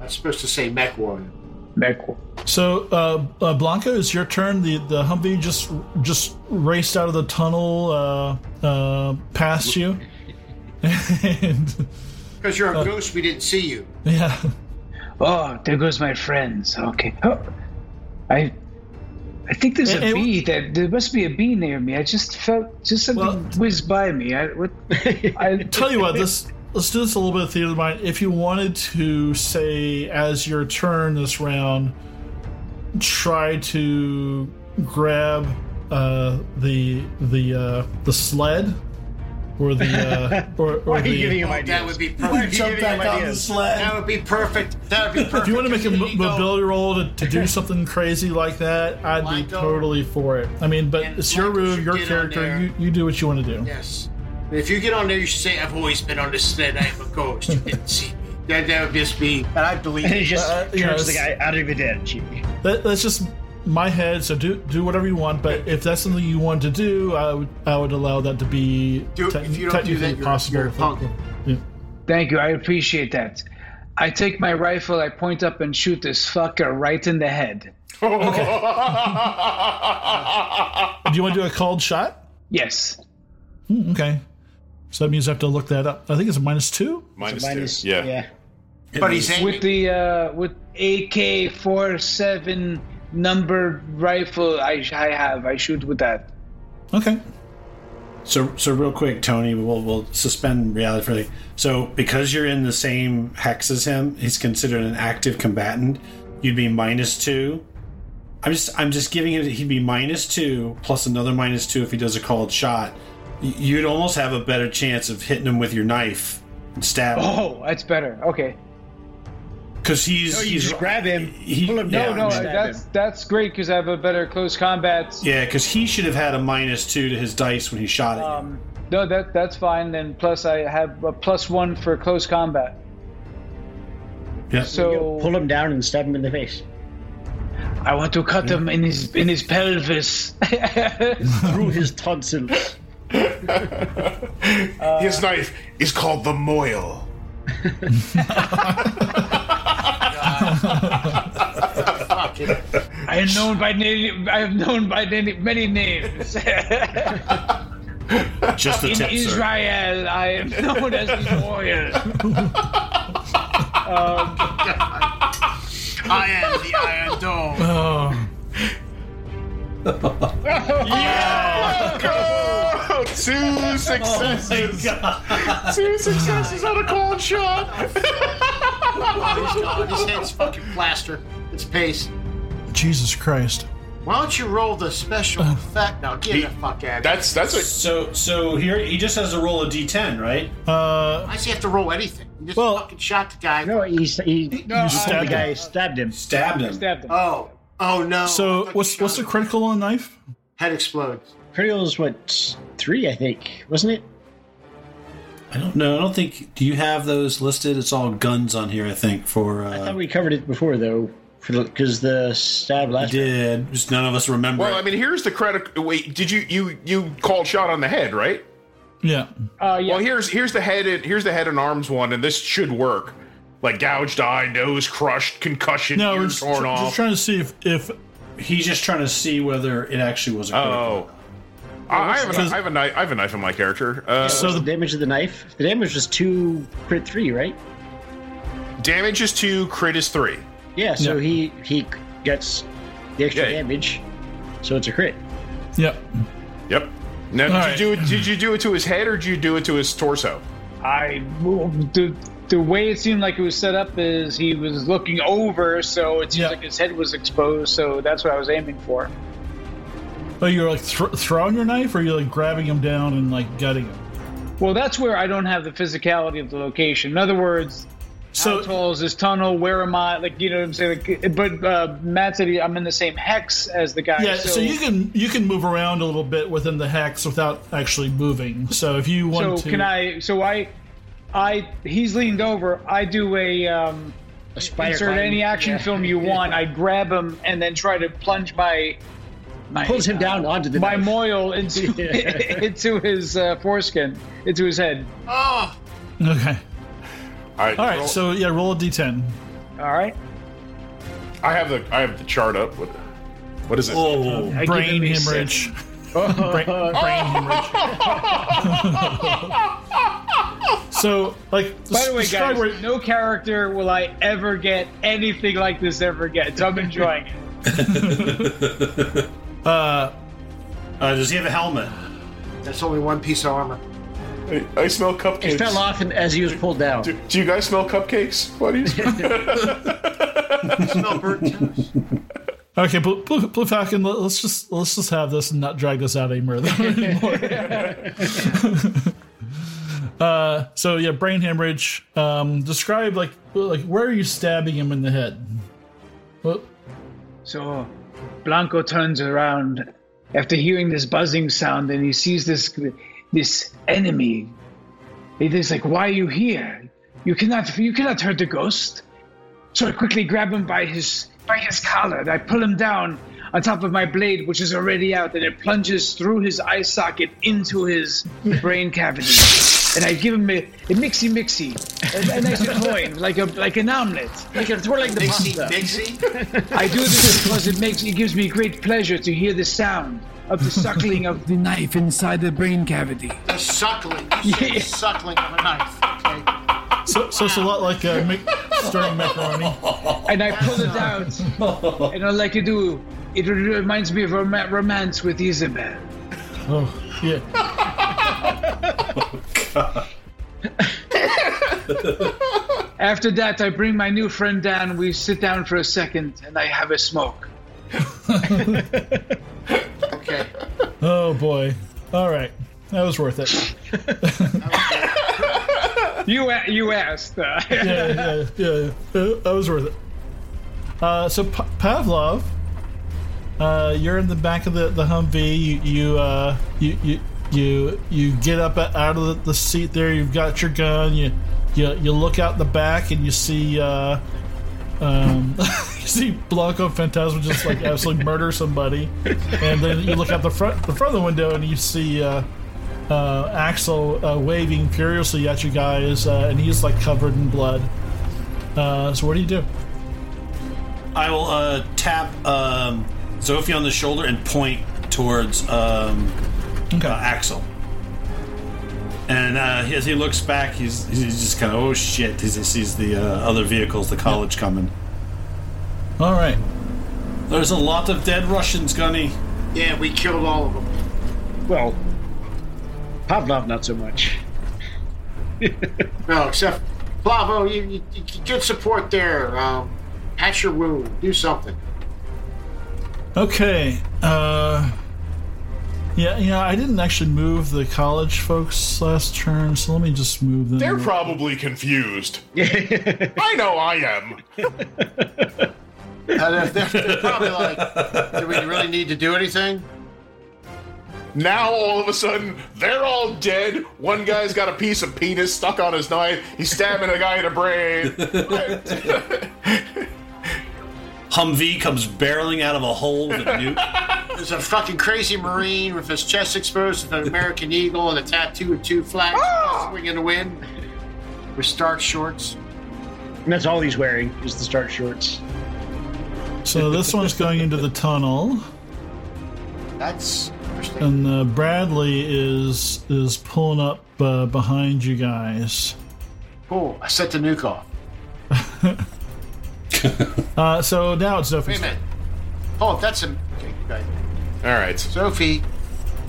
Speaker 4: That's supposed to say mech warrior.
Speaker 7: Mech-
Speaker 2: So, uh, uh, Blanca, it's your turn. The the Humvee just just raced out of the tunnel uh, uh, past you, and
Speaker 4: Because you're a ghost, we didn't see you.
Speaker 2: yeah.
Speaker 7: Oh, there goes my friends. Okay. Oh, I I think there's a
Speaker 2: Eh, eh,
Speaker 7: bee that there must be a bee near me. I just felt just something
Speaker 2: Well-
Speaker 7: whizzed by me. I what I
Speaker 2: tell you what, this let's do this a little bit of theater of the mind. If you wanted to say as your turn this round, try to grab uh, the the uh, the sled or the uh, or, or
Speaker 3: Why are
Speaker 2: the.
Speaker 3: you giving him ideas?
Speaker 4: That would be perfect.
Speaker 3: Jump back on the
Speaker 4: That would be perfect. That would be perfect.
Speaker 2: if you want to make a
Speaker 4: Here
Speaker 2: mo-
Speaker 4: you go.
Speaker 2: mobility roll to, to do something crazy like that, I'd be
Speaker 4: Michael.
Speaker 2: totally for it. I mean, but
Speaker 4: And
Speaker 2: it's your
Speaker 4: Michael
Speaker 2: room,
Speaker 4: should
Speaker 2: your
Speaker 4: get on
Speaker 2: character.
Speaker 4: there.
Speaker 2: You, you do what you want to do.
Speaker 4: Yes. And If you get on there, you should say, "I've always been on this sled. I am a ghost. You didn't see me." That that would just be. And I believe.
Speaker 3: And he just
Speaker 2: Uh,
Speaker 3: turns
Speaker 2: you know,
Speaker 3: the guy
Speaker 2: it's-
Speaker 3: out of the dead. Chief.
Speaker 2: That, that's just my head. So do do whatever you want. But if that's something you want to do, I would I would allow that to be
Speaker 4: Do- if you don't do
Speaker 2: technically
Speaker 4: that, you're-
Speaker 2: possible.
Speaker 4: you're a punk.
Speaker 2: Yeah.
Speaker 7: Thank you. I appreciate that. I take my rifle, I point up and shoot this fucker right in the head.
Speaker 2: Do you want to do a cold shot?
Speaker 7: Yes.
Speaker 2: Hmm, okay. So that means I have to look that up. I think it's a minus two.
Speaker 5: Minus,
Speaker 3: Minus,
Speaker 5: two. Yeah.
Speaker 3: yeah.
Speaker 4: But he's angry.
Speaker 7: With the uh with AK forty seven number rifle I I have. I shoot with that.
Speaker 2: Okay.
Speaker 9: So, so real quick, Tony, we'll, we'll suspend reality for a thing. So, because you're in the same hex as him, he's considered an active combatant. You'd be minus two. I'm just, I'm just giving it. He'd be minus two plus another minus two if he does a called shot. Y- You'd almost have a better chance of hitting him with your knife and stab him
Speaker 7: Oh, that's better. Okay.
Speaker 9: because he's,
Speaker 3: No, you
Speaker 9: he's
Speaker 3: just grab him,
Speaker 9: he-
Speaker 3: pull him
Speaker 9: yeah,
Speaker 3: down.
Speaker 9: I
Speaker 7: No,
Speaker 9: mean-
Speaker 3: stab him.
Speaker 7: that's that's great because I have a better close combat.
Speaker 9: yeah, because he should have had a minus two to his dice when he shot at you.
Speaker 7: Um, no, that that's fine. And plus, I have a plus one for close combat.
Speaker 9: Yeah.
Speaker 3: Pull
Speaker 7: So
Speaker 3: him down and stab him in the face.
Speaker 7: I want to cut him in his in his pelvis.
Speaker 3: Through his tonsils.
Speaker 5: His knife is called the Moil.
Speaker 4: Fucking
Speaker 7: I am known by na- I have known by na- many names.
Speaker 9: Just the
Speaker 7: In
Speaker 9: tip, sir.
Speaker 7: Israel, I am known as the warrior.
Speaker 4: I am the Iron Dome.
Speaker 2: Oh,
Speaker 5: Go! Two successes. Two successes on a cold shot.
Speaker 4: He's gone. His head's fucking plaster. It's paste.
Speaker 2: Jesus Christ.
Speaker 4: Why don't you roll the special
Speaker 2: Uh,
Speaker 4: effect? Now get the fuck out of here.
Speaker 5: That's that's a
Speaker 6: So so here he just has to roll a d10, right?
Speaker 2: Uh,
Speaker 4: Why does he have to roll anything? You just
Speaker 2: Well-
Speaker 4: fucking shot the guy.
Speaker 3: No, he, he,
Speaker 2: you
Speaker 3: the
Speaker 2: stabbed
Speaker 3: guy
Speaker 2: him.
Speaker 3: stabbed him.
Speaker 6: Stabbed him.
Speaker 7: Stabbed him.
Speaker 4: Oh. Oh no. I
Speaker 2: So
Speaker 4: thought
Speaker 2: what's
Speaker 4: you
Speaker 2: what's the
Speaker 4: shot him.
Speaker 2: critical on a knife?
Speaker 4: head explodes?
Speaker 3: Critial's what three, I think, wasn't it?
Speaker 9: I don't know. I don't think. Do you have those listed? It's all guns on here. I think for. Uh,
Speaker 3: I thought we covered it before though, because the stab last.
Speaker 9: did just none of us remember.
Speaker 5: well.
Speaker 9: it.
Speaker 5: I mean, here's the credit. Wait, did you you you called shot on the head, right?
Speaker 2: Yeah.
Speaker 7: Uh, yeah.
Speaker 5: Well, here's here's the head and here's the head and arms one, and this should work. Like gouged eye, nose crushed, concussion,
Speaker 2: No,
Speaker 5: ear
Speaker 2: we're just,
Speaker 5: torn
Speaker 2: tr-
Speaker 5: off.
Speaker 2: just trying to see if if
Speaker 9: He's just trying to see whether it actually was a critical.
Speaker 5: oh, I, I have a,
Speaker 2: Because-
Speaker 5: I have a knife. I have a knife in my character. Uh,
Speaker 2: so
Speaker 3: the
Speaker 2: the
Speaker 3: damage of the knife. The damage was two crit three, right?
Speaker 5: damage is two, crit is three.
Speaker 3: Yeah. So
Speaker 2: Yeah.
Speaker 3: he he gets the extra
Speaker 5: Yeah.
Speaker 3: damage, so it's a crit.
Speaker 2: yeah.
Speaker 5: Yep. Now, did
Speaker 2: All
Speaker 5: you do it? Did you do it to his head or did you do it to his torso?
Speaker 7: I the the way it seemed like it was set up is he was looking over, so it seems
Speaker 2: Yeah.
Speaker 7: like his head was exposed. So that's what I was aiming for.
Speaker 2: Oh, you're like thr throwing your knife, or you're like grabbing him down and like gutting him.
Speaker 7: Well, that's where I don't have the physicality of the location. In other words, how
Speaker 2: So
Speaker 7: tall is this tunnel? Where am I? Like you know what I'm saying? Like, but uh, Matt said he, I'm in the same hex as the guy.
Speaker 2: yeah, so, you can you can move around a little bit within the hex without actually moving. So if you
Speaker 7: so
Speaker 2: want to,
Speaker 7: can I? So I, I he's leaned over. I do a um,
Speaker 3: A spider.
Speaker 7: insert
Speaker 3: climb.
Speaker 7: any action
Speaker 3: Yeah.
Speaker 7: film you want. I grab him and then try to plunge my my
Speaker 3: Pulls him down onto the.
Speaker 7: my
Speaker 3: knife.
Speaker 7: moil into
Speaker 3: Yeah.
Speaker 7: into his uh, foreskin, into his head.
Speaker 4: Oh,
Speaker 2: Okay. All right.
Speaker 5: roll-
Speaker 2: So yeah, roll a d10.
Speaker 7: All right.
Speaker 5: I have the I have the chart up. What, what is it?
Speaker 9: Oh,
Speaker 7: I give
Speaker 2: Brain
Speaker 7: him a sip.
Speaker 2: hemorrhage. Brain- brain hemorrhage. so like,
Speaker 7: By the way,
Speaker 2: describe
Speaker 7: guys,
Speaker 2: where-
Speaker 7: no character will I ever get anything like this ever again. So I'm enjoying it.
Speaker 9: uh, does he have a helmet?
Speaker 4: that's only one piece of armor.
Speaker 5: I, I smell cupcakes.
Speaker 3: He fell off and as he was pulled down.
Speaker 5: Do, do you guys smell cupcakes? What do you
Speaker 4: Smell
Speaker 5: smell?
Speaker 4: burnt toast.
Speaker 2: Okay, Blue, Blue, Blue Falcon. let- Let's just let's just have this and not drag this out any more- anymore. uh, so yeah, brain hemorrhage. Um, describe like like where are you stabbing him in the head? Well,
Speaker 7: So Blanco turns around after hearing this buzzing sound and he sees this this enemy. He thinks like, why are you here? You cannot you cannot hurt the ghost. So I quickly grab him by his by his collar and I pull him down on top of my blade, which is already out, and it plunges through his eye socket into his brain cavity. And I give him a, a mixy mixy, a, a nice coin, like a like an omelet.
Speaker 3: Like it's more like the
Speaker 4: Dixie,
Speaker 3: pasta.
Speaker 4: Dixie.
Speaker 7: I do this because it makes it gives me great pleasure to hear the sound of the suckling of the knife inside the brain cavity.
Speaker 4: The suckling. You said the suckling of a knife.
Speaker 2: so so it's a lot like uh, make, stirring macaroni.
Speaker 7: And I pull it out. And I like to do it re- reminds me of a roma- romance with Isabel.
Speaker 2: Oh yeah.
Speaker 7: After that I bring my new friend Dan, we sit down for a second and I have a smoke.
Speaker 4: Okay. Okay.
Speaker 2: Oh boy. All right, that was worth it.
Speaker 7: You a- you asked. Uh,
Speaker 2: Yeah yeah yeah. yeah. Uh, That was worth it. Uh, so pa- Pavlov. Uh, you're in the back of the, the Humvee. You you, uh, you you you you get up a- out of the, the seat there. You've got your gun. You you, you look out the back and you see uh, um, you see Blanco Phantasma just like absolutely murder somebody. And then you look out the front the front of the window and you see uh, uh, Axel uh, waving furiously at you guys, uh, and he's like covered in blood. Uh, so what do you do?
Speaker 8: I will uh, tap um, Sophie on the shoulder and point towards um,
Speaker 2: Okay.
Speaker 8: uh, Axel. And uh, as he looks back, he's, he's just kind of, oh shit, as he sees the uh, other vehicles, the college coming.
Speaker 2: All right.
Speaker 8: There's a lot of dead Russians, Gunny.
Speaker 4: Yeah, we killed all of them.
Speaker 3: Well, Pavlov, not so much.
Speaker 4: No, except Plavo, you, you, you good support there. Um, patch your wound, do something.
Speaker 2: Okay. Uh, yeah, yeah. I didn't actually move the college folks last turn, so let me just move them.
Speaker 5: They're probably confused. I know I am.
Speaker 4: And if they're, they're probably like, do we really need to do anything?
Speaker 5: Now all of a sudden they're all dead. One guy's got a piece of penis stuck on his knife. He's stabbing a guy in the brain.
Speaker 8: Humvee comes barreling out of a hole with a nuke.
Speaker 4: There's a fucking crazy Marine with his chest exposed with an American Eagle and a tattoo of two flags swinging in the wind with stark shorts.
Speaker 3: And that's all he's wearing is the stark shorts.
Speaker 2: So this one's going into the tunnel,
Speaker 4: That's interesting.
Speaker 2: and uh, Bradley is is pulling up uh, behind you guys.
Speaker 4: cool. I set the nuke off.
Speaker 2: Uh, so now it's
Speaker 4: Wait
Speaker 2: Sophie's
Speaker 4: a
Speaker 2: turn.
Speaker 4: minute. Oh, that's a. Okay, okay.
Speaker 5: all right.
Speaker 4: Sophie,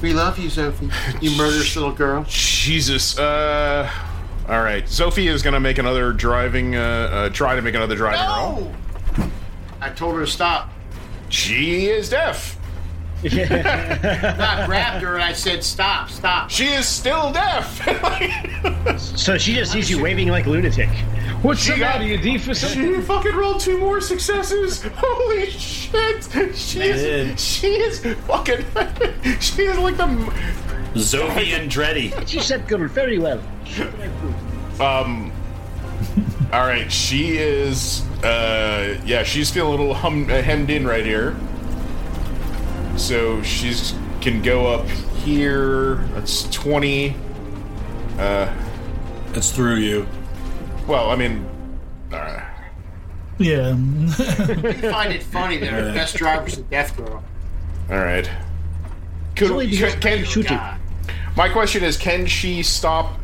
Speaker 4: we love you, Sophie. You murderous little girl.
Speaker 5: Jesus. Uh, all right. Sophie is gonna make another driving. Uh, uh, try to make another driving roll.
Speaker 4: No! I told her to stop.
Speaker 5: She is deaf.
Speaker 4: I grabbed her and I said, "Stop, stop."
Speaker 5: She is still deaf.
Speaker 3: So she just sees you waving like lunatic.
Speaker 7: What's the
Speaker 5: got-
Speaker 7: matter? You D for something?
Speaker 5: she fucking rolled two more successes. Holy shit. She
Speaker 8: Man.
Speaker 5: is. She is fucking. She is like the.
Speaker 8: Zoe Andretti.
Speaker 3: She said good very well.
Speaker 5: Um. All right, she is. Uh, yeah, she's feeling a little hum, uh, hemmed in right here. So she's can go up here. That's twenty. Uh,
Speaker 8: It's through you.
Speaker 5: well, I mean, uh,
Speaker 2: Yeah.
Speaker 4: I find it funny that our best driver's a deaf girl.
Speaker 5: all right. Could,
Speaker 3: only because
Speaker 5: can, can-
Speaker 3: shooting.
Speaker 4: God.
Speaker 5: my question is, can she stop?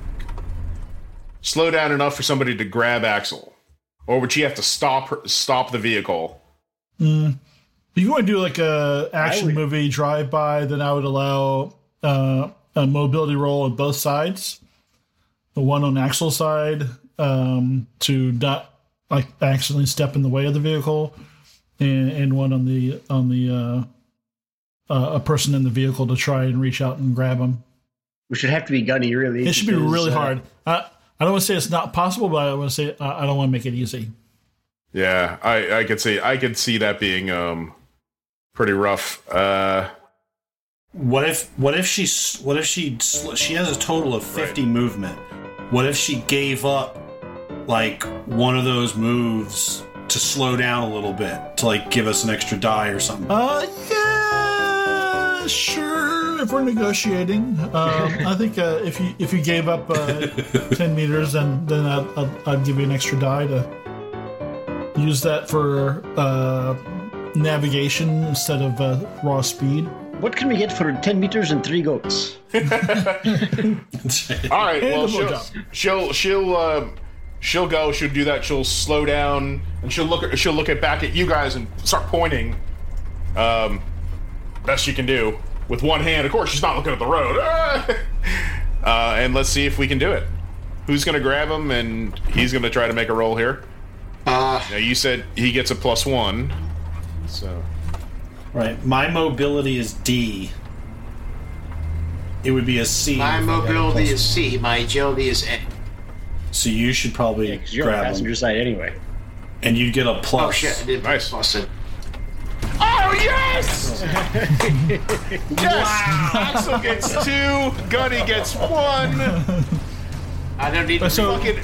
Speaker 5: Slow down enough for somebody to grab Axel, or would she have to stop her, stop the vehicle?
Speaker 2: If you want to do like a action movie drive by, then I would allow uh, a mobility roll on both sides. The one on Axel's side um, to not like accidentally step in the way of the vehicle, and, and one on the on the uh, uh, a person in the vehicle to try and reach out and grab him.
Speaker 3: Which would have to be gunny, really.
Speaker 2: It should be
Speaker 3: because,
Speaker 2: really
Speaker 3: uh,
Speaker 2: hard. I I don't want to say it's not possible, but I want to say I I don't want to make it easy.
Speaker 5: Yeah, I I could see I could see that being um pretty rough. Uh
Speaker 8: What if what if she s- what if she sl- she has a total of 50 movement. What if she gave up like one of those moves to slow down a little bit to like give us an extra die or something?
Speaker 2: Uh, yeah, sure. If we're negotiating, um, I think uh, if you if you gave up uh, ten meters, then then I'd, I'd, I'd give you an extra die to use that for uh, navigation instead of uh, raw speed.
Speaker 3: What can we get for 10 meters and three goats?
Speaker 5: all right, well
Speaker 2: the
Speaker 5: she'll,
Speaker 2: blowjob.
Speaker 5: she'll she'll um she'll go, she'll do that, she'll slow down and she'll look she'll look at back at you guys and start pointing. Um best she can do with one hand. Of course, she's not looking at the road. uh and let's see if we can do it. Who's going to grab him and he's going to try to make a roll here.
Speaker 4: Uh,
Speaker 5: Now you said he gets a plus 1. So
Speaker 8: Right. My mobility is D. It would be a C.
Speaker 4: my
Speaker 8: if I got a
Speaker 4: mobility
Speaker 8: plus-
Speaker 4: is C. My agility is A.
Speaker 8: So you should probably
Speaker 3: 'Cause You're on the
Speaker 8: grab
Speaker 3: passenger
Speaker 8: him,
Speaker 3: side anyway.
Speaker 8: and you'd get a plus.
Speaker 4: Oh shit! I did
Speaker 5: Nice.
Speaker 4: Awesome.
Speaker 5: Oh yes! yes! Axel gets two. Gunny gets one.
Speaker 4: I don't need.
Speaker 2: Uh, So-
Speaker 4: to
Speaker 5: Fucking,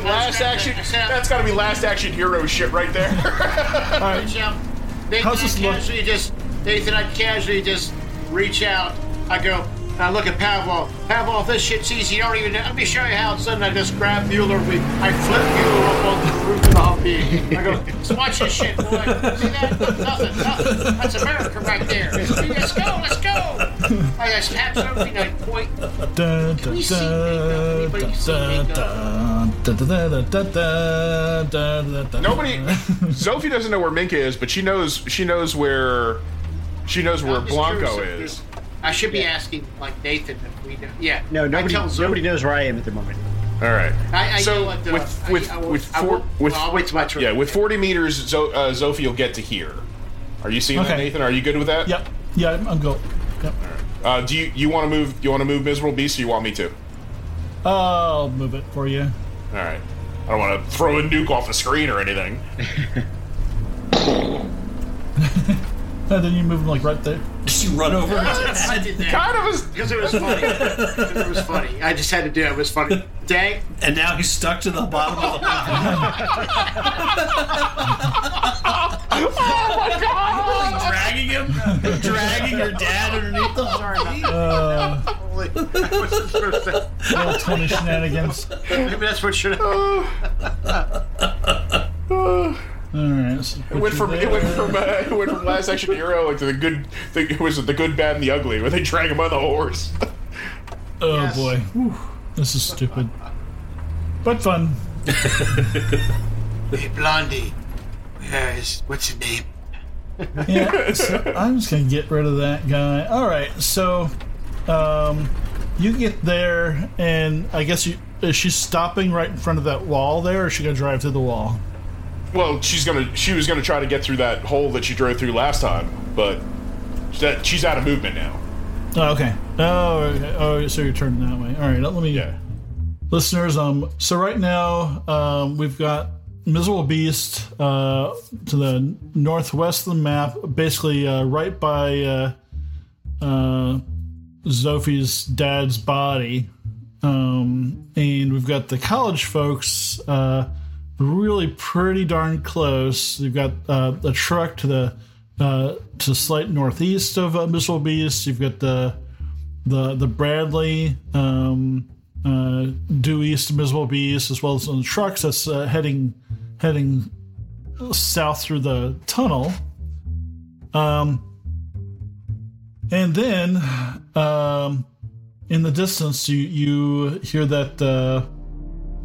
Speaker 5: fucking last action. That's gotta be last action hero shit right there.
Speaker 4: reach out. Nathan,
Speaker 2: uh, How's
Speaker 4: I
Speaker 2: this look?
Speaker 4: casually just Nathan, I casually just reach out. I go, Now look at Pavlov. Pavlov, this shit's easy. You don't even. Let me show you how. Sudden, I just grab Mueller. We, I flip Mueller up on the roof of the Humvee. I go, "Just watch this shit, boy. See that? Nothing, nothing. That's America right there. Let's go, let's go. I just snap something. I point.
Speaker 2: Dun,
Speaker 4: Can
Speaker 2: dun,
Speaker 4: we see
Speaker 2: dun,
Speaker 4: Makeup? Anybody see
Speaker 2: dun,
Speaker 4: Makeup?
Speaker 2: dun, dun, dun, dun, dun, dun, dun, dun, dun.
Speaker 5: Nobody. Sophie doesn't know where Minka is, but she knows. She knows where. She knows where
Speaker 4: I'm just
Speaker 5: Blanco
Speaker 4: curious if
Speaker 5: is.
Speaker 4: you- I should be asking like Nathan if we know. Yeah.
Speaker 3: No, nobody,
Speaker 4: I tell Zoe.
Speaker 3: nobody knows where I am at the moment.
Speaker 5: All right.
Speaker 4: I, I
Speaker 5: so
Speaker 4: yell at the,
Speaker 5: with
Speaker 4: I-
Speaker 5: with
Speaker 4: I will-
Speaker 5: with
Speaker 4: I will-
Speaker 5: four with
Speaker 4: well, I'll wait till my turn.
Speaker 5: yeah with forty meters, Zo, uh, Sophie will get to here. Are you seeing that,
Speaker 2: Okay.
Speaker 5: Nathan? Are you good with that?
Speaker 2: Yep. Yeah, I'm, I'm go. Yep.
Speaker 5: Uh, do you you want to move? You want to move miserable beast? Or you want me to? All
Speaker 2: I'll move it for you.
Speaker 5: right. I don't want to throw a nuke off the screen or anything.
Speaker 2: And then you move them like right there.
Speaker 6: She run over.
Speaker 4: I did that.
Speaker 5: Kind of is
Speaker 4: Because it was funny. Because it was funny. I just had to do it. It was funny. Dang.
Speaker 6: And now he's stuck to the bottom of the dragging him, dragging your dad underneath the
Speaker 4: Sorry about
Speaker 2: Uh,
Speaker 4: that. Holy- that was the first thing.
Speaker 2: little twenty shenanigans.
Speaker 4: Maybe that's what should have.
Speaker 2: All right. So
Speaker 5: It went
Speaker 2: put you
Speaker 5: from it
Speaker 2: there.
Speaker 5: went from uh, it went from last action hero like to the good the, it was the good bad and the ugly where they drag him by the horse.
Speaker 2: Oh
Speaker 4: Yes.
Speaker 2: boy, Whew. this is stupid, but fun.
Speaker 4: Hey, Blondie. Where is. What's his name?
Speaker 2: Yeah, so I'm just gonna get rid of that guy. All right, so um, you get there, and I guess you is she stopping right in front of that wall there, or is she gonna drive through the wall?
Speaker 5: Well, she's gonna she was gonna try to get through that hole that she drove through last time, but that she's out of movement now.
Speaker 2: Oh, okay. Oh, okay. oh, so you're turning that way. All right, let me.
Speaker 5: Yeah.
Speaker 2: listeners um so right now um we've got miserable beast uh to the northwest of the map basically uh right by uh uh Zophie's dad's body um and we've got the college folks uh really pretty darn close you've got uh a truck to the uh to slight northeast of uh, miserable beast you've got the the the Bradley um, uh, due east of Miserable Beast, as well as on the trucks that's uh, heading heading south through the tunnel. Um, and then um, in the distance, you you hear that uh,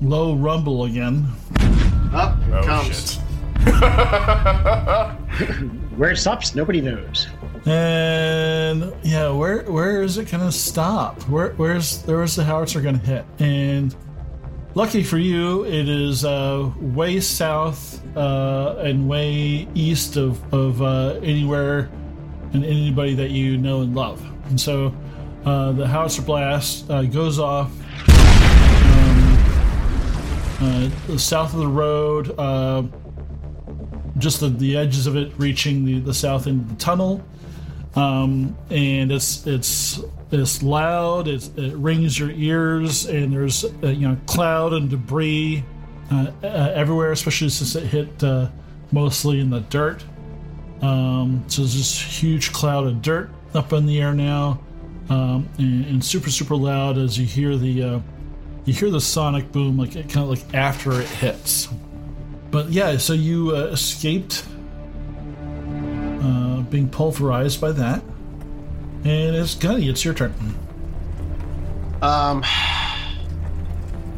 Speaker 2: low rumble again.
Speaker 4: Up
Speaker 5: Oh
Speaker 4: comes.
Speaker 5: shit!
Speaker 3: Where it stops, nobody knows.
Speaker 2: And yeah, where where is it gonna stop? Where where's where's the howitzer gonna hit? And lucky for you, it is uh, way south uh, and way east of of uh, anywhere and anybody that you know and love. And so uh, the howitzer blast uh, goes off um, uh, south of the road. Uh, just the, the edges of it reaching the, the south end of the tunnel um, and it's it's it's loud. It's, it rings your ears, and there's uh, you know cloud and debris uh, uh, everywhere, especially since it hit uh, mostly in the dirt. Um, so there's this huge cloud of dirt up in the air now, um, and, and super super loud as you hear the uh, you hear the sonic boom like it kind of like after it hits. But yeah, so you uh, escaped uh, being pulverized by that. And it's Gunny, it's your turn.
Speaker 4: Um.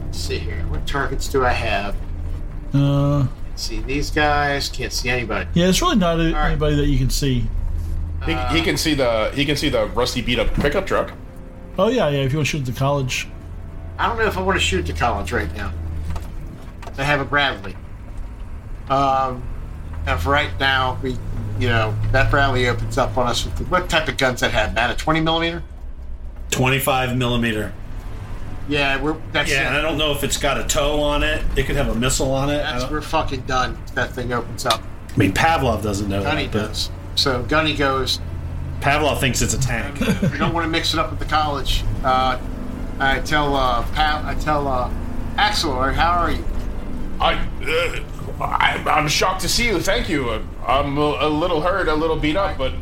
Speaker 4: Let's see here. What targets do I have?
Speaker 2: Uh,
Speaker 4: Let's see these guys. Can't see anybody.
Speaker 2: yeah, it's really not a,
Speaker 4: right.
Speaker 2: anybody that you can see.
Speaker 5: he, he can see the he can see the rusty beat up pickup truck.
Speaker 2: Oh, yeah, yeah, if you want to shoot at the college.
Speaker 4: I don't know if I want to shoot the college right now. I have a Bradley. Um, if right now we, you know, that Bradley opens up on us with the, what type of guns that have? Matt, a twenty millimeter?
Speaker 6: twenty-five millimeter.
Speaker 4: Yeah, we're that's
Speaker 6: Yeah, and I
Speaker 4: it.
Speaker 6: don't know if it's got a toe on it. It could have a missile on it. I
Speaker 4: That's
Speaker 6: don't-
Speaker 4: we're fucking done. if That thing opens up.
Speaker 9: I mean, Pavlov doesn't know
Speaker 4: Gunny
Speaker 9: that, but
Speaker 4: does. So Gunny goes.
Speaker 9: Pavlov thinks it's a tank.
Speaker 4: We don't want to mix it up with the college. Uh, I tell uh, Pat. I tell uh, Axel. or How are you?
Speaker 5: I, uh, I I'm shocked to see you. Thank you. I'm a, a little hurt, a little beat up, but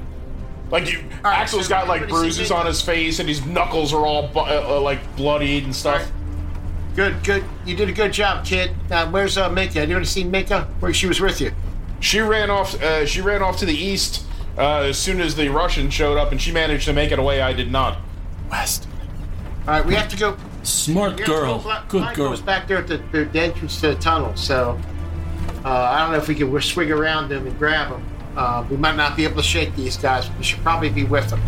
Speaker 5: Like you,
Speaker 4: All right,
Speaker 5: Axel's
Speaker 4: so
Speaker 5: got like
Speaker 4: everybody see
Speaker 5: bruises
Speaker 4: me?
Speaker 5: on his face, and his knuckles are all bu- uh, uh, like bloodied and
Speaker 4: All
Speaker 5: stuff.
Speaker 4: right. Good, good. You did a good job, kid. Now, where's uh, Minka? Anyone seen Minka? Where she was with you?
Speaker 5: She ran off. Uh, she ran off to the east uh, as soon as the Russians showed up, and she managed to make it away. I did not.
Speaker 8: West.
Speaker 4: All right, we have to go.
Speaker 8: Smart
Speaker 4: we have to
Speaker 8: girl.
Speaker 4: go Bla-
Speaker 8: Good
Speaker 4: Black
Speaker 8: girl.
Speaker 4: was back there at the, the, the entrance to the tunnel, so uh, I don't know if we can swing around them and grab them. Uh, we might not be able to shake these guys. But we should probably be with them.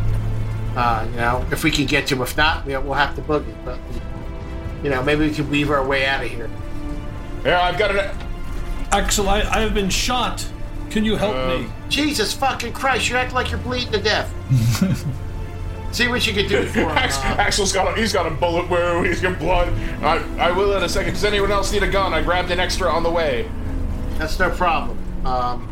Speaker 4: Uh, you know, if we can get to them. If not, we, we'll have to boogie. But you know, maybe we can weave our way out of here.
Speaker 5: Yeah, I've got an.
Speaker 8: Axel, I, I have been shot. Can you help
Speaker 2: Uh,
Speaker 8: me?
Speaker 4: Jesus fucking Christ! You act like you're bleeding to death. See what you can do for 'em,
Speaker 5: Ax-
Speaker 4: uh,
Speaker 5: Axel's got a, he's got a bullet wound. He's got blood. I, I will in a second. Does anyone else need a gun? I grabbed an extra on the way.
Speaker 4: That's no problem. Um,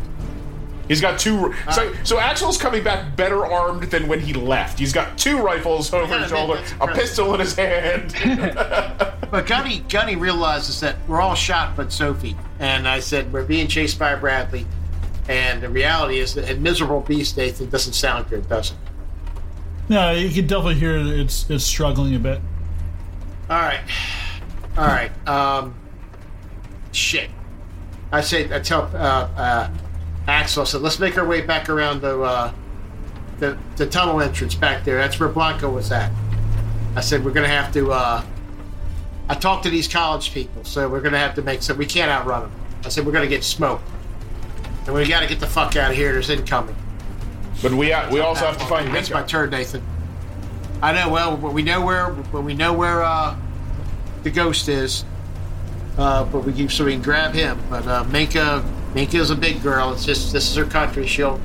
Speaker 5: He's got two.
Speaker 4: Ah.
Speaker 5: So, so Axel's coming back better armed than when he left. He's got two rifles over
Speaker 4: gotta
Speaker 5: his
Speaker 4: admit,
Speaker 5: shoulder,
Speaker 4: that's
Speaker 5: a
Speaker 4: impressive.
Speaker 5: pistol in his hand.
Speaker 4: but Gunny Gunny realizes that we're all shot but Sophie. And I said, We're being chased by Bradley. And the reality is that a miserable beast Nathan doesn't sound good, does it?
Speaker 2: Yeah, you can definitely hear it's it's struggling a bit.
Speaker 4: Alright. Alright. Um shit. I say I tell uh, uh, Axel, I said, let's make our way back around the uh, the the tunnel entrance back there. That's where Blanco was at. I said we're gonna have to uh, I talked to these college people, so we're gonna have to make so we can't outrun them. I said we're gonna get smoked. And we gotta get the fuck out of here, there's incoming.
Speaker 5: but we uh, we also have to find
Speaker 4: That's Um, my
Speaker 5: Minka.
Speaker 4: turn, Nathan. I know. Well, but we know where. But we know where uh, the ghost is. Uh, but we keep so we can grab him. But uh, Minka, Minka is a big girl. It's just this is her country. She'll,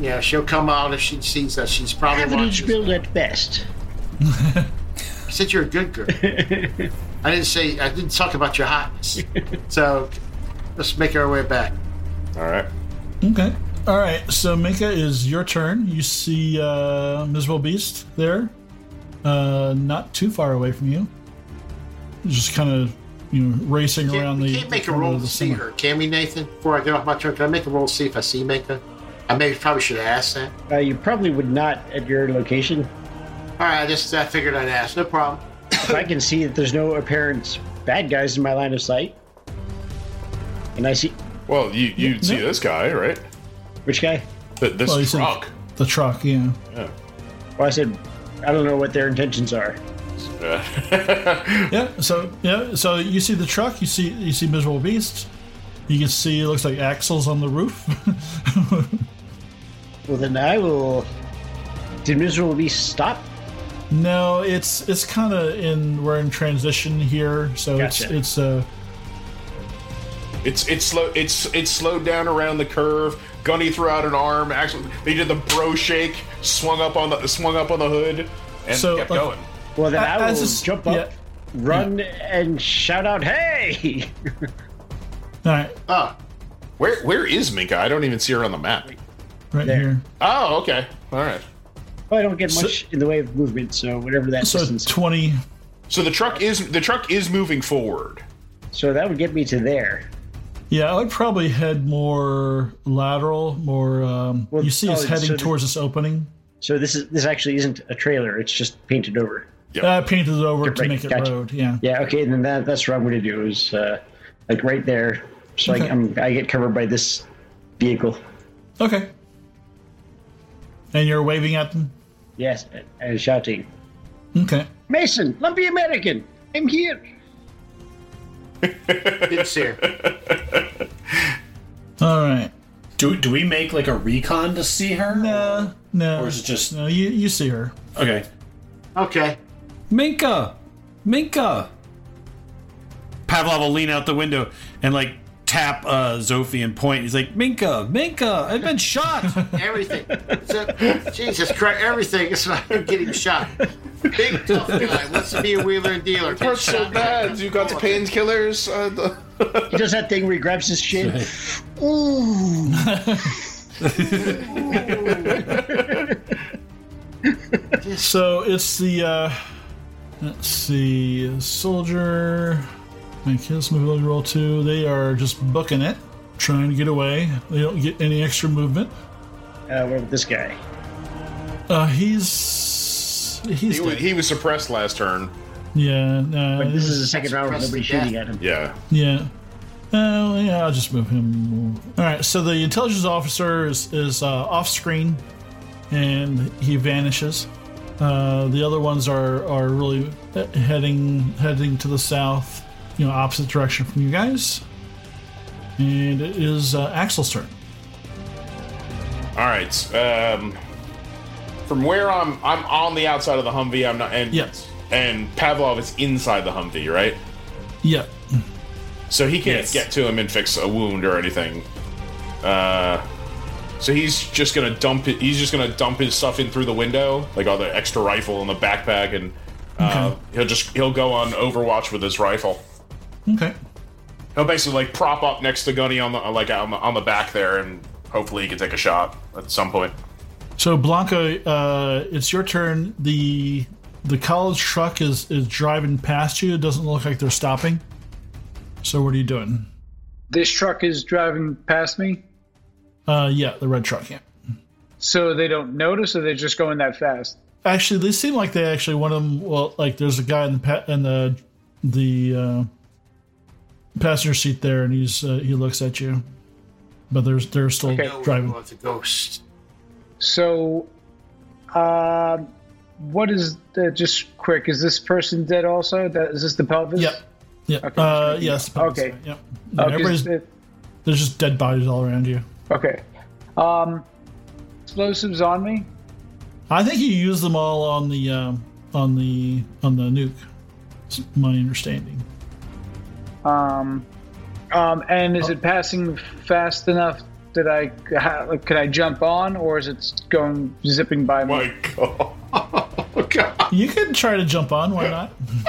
Speaker 4: yeah, she'll come out if she sees us. She's probably
Speaker 3: Average
Speaker 4: watching
Speaker 3: build at best.
Speaker 4: I said you're a good girl. I didn't say. I didn't talk about your hotness. so let's make our way back.
Speaker 5: All right.
Speaker 2: Okay. All right. So Minka, is your turn. You see uh, Miserable Beast there, uh, not too far away from you. Just kind of you know racing
Speaker 4: Can't-
Speaker 2: around
Speaker 4: we
Speaker 2: the.
Speaker 4: can't make a
Speaker 2: the
Speaker 4: roll
Speaker 2: corner of
Speaker 4: to
Speaker 2: the
Speaker 4: see
Speaker 2: summer.
Speaker 4: her, can we, Nathan? Before I get off my turn, can I make a roll to see if I see Minka? I maybe probably should have asked that.
Speaker 3: Uh, you probably would not at your location.
Speaker 4: All right, I just I figured I'd ask. No problem.
Speaker 3: If I can see that there's no apparent bad guys in my line of sight, and I see
Speaker 5: Well, you you see this guy right?
Speaker 3: which guy?
Speaker 5: Th- this
Speaker 2: Well, he's in
Speaker 5: truck.
Speaker 2: the truck. Yeah.
Speaker 3: Well, I said, I don't know what their intentions are.
Speaker 2: Yeah. So yeah. So you see the truck. You see you see Miserable Beast. You can see it looks like Axel's on the roof.
Speaker 3: Well, then I will. Did Miserable Beast stop?
Speaker 2: No, it's it's kind of in we're in transition here, so
Speaker 3: Gotcha.
Speaker 2: it's it's uh
Speaker 5: It's it's slow. It's it's slowed down around the curve. Gunny threw out an arm. Actually, they did the bro shake. Swung up on the swung up on the hood and
Speaker 2: So,
Speaker 5: kept
Speaker 2: like-
Speaker 5: going.
Speaker 3: Well, then
Speaker 2: Uh,
Speaker 3: I will
Speaker 2: as it's-
Speaker 3: jump up,
Speaker 2: yeah.
Speaker 3: run, and shout out, "Hey!"
Speaker 2: all right
Speaker 4: Oh,
Speaker 5: Where where is Minka? I don't even see her on the map.
Speaker 2: right
Speaker 3: There.
Speaker 2: here.
Speaker 5: Oh, okay. All right.
Speaker 3: well, I don't get
Speaker 2: So-
Speaker 3: much in the way of movement, so whatever that
Speaker 2: So
Speaker 3: distance.
Speaker 2: twenty.
Speaker 5: So the truck is the truck is moving forward.
Speaker 3: so that would get me to there.
Speaker 2: Yeah, I would probably head more lateral, more. Um,
Speaker 3: Well,
Speaker 2: you see us
Speaker 3: oh,
Speaker 2: heading
Speaker 3: so the-
Speaker 2: towards this opening.
Speaker 3: So this is this actually isn't a trailer; it's just painted over.
Speaker 2: Uh, I painted it over to
Speaker 3: right,
Speaker 2: make it
Speaker 3: gotcha.
Speaker 2: road. Yeah.
Speaker 3: Yeah. Okay. Then that that's what I'm going to do is uh, like right there, so I,
Speaker 2: Okay.
Speaker 3: I'm, I get covered by this vehicle.
Speaker 2: Okay. And you're waving at them.
Speaker 3: Yes, and shouting,
Speaker 2: Okay.
Speaker 3: "Mason, lumpy American, I'm here."
Speaker 4: didn't see her.
Speaker 2: All right.
Speaker 6: Do, do we make like a recon to see her?
Speaker 2: No, Uh, no.
Speaker 6: Or is it just
Speaker 2: No, you you see her.
Speaker 6: okay?
Speaker 4: Okay.
Speaker 8: Minka! Minka!
Speaker 9: Pavlov will lean out the window and like tap uh, Zophie and point. He's like,
Speaker 8: Minka! Minka! I've been shot!
Speaker 4: Everything. So, Jesus Christ, everything is I'm getting shot. Big tough guy wants to be a wheeler and dealer. Oh,
Speaker 5: Hurts so bad. You got the painkillers. Uh, the...
Speaker 3: He does that thing where he grabs his chin.
Speaker 2: So it's the uh, let's see, soldier. Make his movement roll two. They are just booking it, trying to get away. They don't get any extra movement.
Speaker 3: Uh, what about this guy?
Speaker 2: Uh, he's he's
Speaker 5: He, wa-
Speaker 2: dead.
Speaker 5: he was suppressed last turn.
Speaker 2: yeah. No,
Speaker 3: But this is the second round with nobody shooting at him.
Speaker 5: Yeah.
Speaker 2: Yeah. Uh, yeah, I'll just move him. All right. So the intelligence officer is, is uh, off screen, and he vanishes. Uh, the other ones are are really he- heading heading to the south, you know, opposite direction from you guys. And it is uh, Axel's turn.
Speaker 5: All right. Um, from where I'm, I'm on the outside of the Humvee. I'm not. And,
Speaker 2: Yes.
Speaker 5: And Pavlov is inside the Humvee, right?
Speaker 2: Yeah.
Speaker 5: So he can't
Speaker 6: Yes.
Speaker 5: get to him and fix a wound or anything. Uh, so he's just gonna dump it. He's just gonna dump his stuff in through the window, like all the extra rifle and the backpack, and uh, he'll just he'll go on Overwatch with his rifle.
Speaker 2: Mm-hmm. Okay.
Speaker 5: He'll basically like prop up next to Gunny on the like on the, on the back there, and hopefully he can take a shot at some point.
Speaker 2: So Blanca, uh, it's your turn. the The college truck is is driving past you. It doesn't look like they're stopping. So what are you doing?
Speaker 7: This truck is driving past me,
Speaker 2: Uh, yeah, the red truck. Yeah.
Speaker 7: so they don't notice, or they're just going that fast.
Speaker 2: Actually, they seem like they actually one of them. Well, like there's a guy in the pa- in the the uh, passenger seat there, and he's uh, he looks at you, but there's they're still
Speaker 7: Okay.
Speaker 2: driving.
Speaker 4: Well, it's a ghost.
Speaker 7: So, um, what is the, just quick? Is this person dead also? That is this the pelvis?
Speaker 2: Yep. Yeah.
Speaker 7: Okay.
Speaker 2: Uh, yes. the
Speaker 7: Okay.
Speaker 2: passenger, Yep.
Speaker 7: Oh, 'cause
Speaker 2: Everybody's,
Speaker 7: it-
Speaker 2: there's just dead bodies all around you.
Speaker 7: okay. Um, explosives on me.
Speaker 2: I think you used them all on the um, on the on the nuke. It's my understanding.
Speaker 7: Um, um, and is it passing fast enough that I ha- like, could I jump on, or is it going zipping by me?
Speaker 5: My God. Oh, God.
Speaker 2: You can try to jump on. Why not?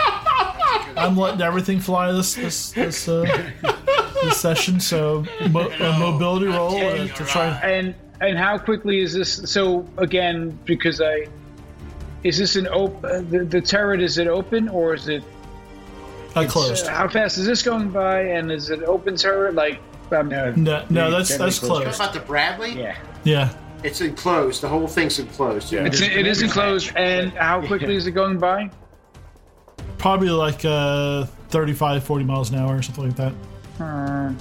Speaker 2: I'm letting everything fly this this this, uh, this session. So mo- a mobility roll uh, to try.
Speaker 7: And and how quickly is this? So again, because I is this an open the, the turret? Is it open or is it?
Speaker 2: I uh, closed.
Speaker 7: How fast is this going by? And is it open turret? Like um,
Speaker 2: No, no, that's
Speaker 3: generally
Speaker 2: that's
Speaker 3: closed.
Speaker 4: What
Speaker 2: closed.
Speaker 4: about the Bradley?
Speaker 3: Yeah.
Speaker 2: Yeah,
Speaker 4: It's enclosed. The whole thing's enclosed. Yeah.
Speaker 7: it's, it is enclosed. And how quickly is it going by?
Speaker 2: probably like uh, 35, 40 miles an hour or something like that.
Speaker 7: Hmm.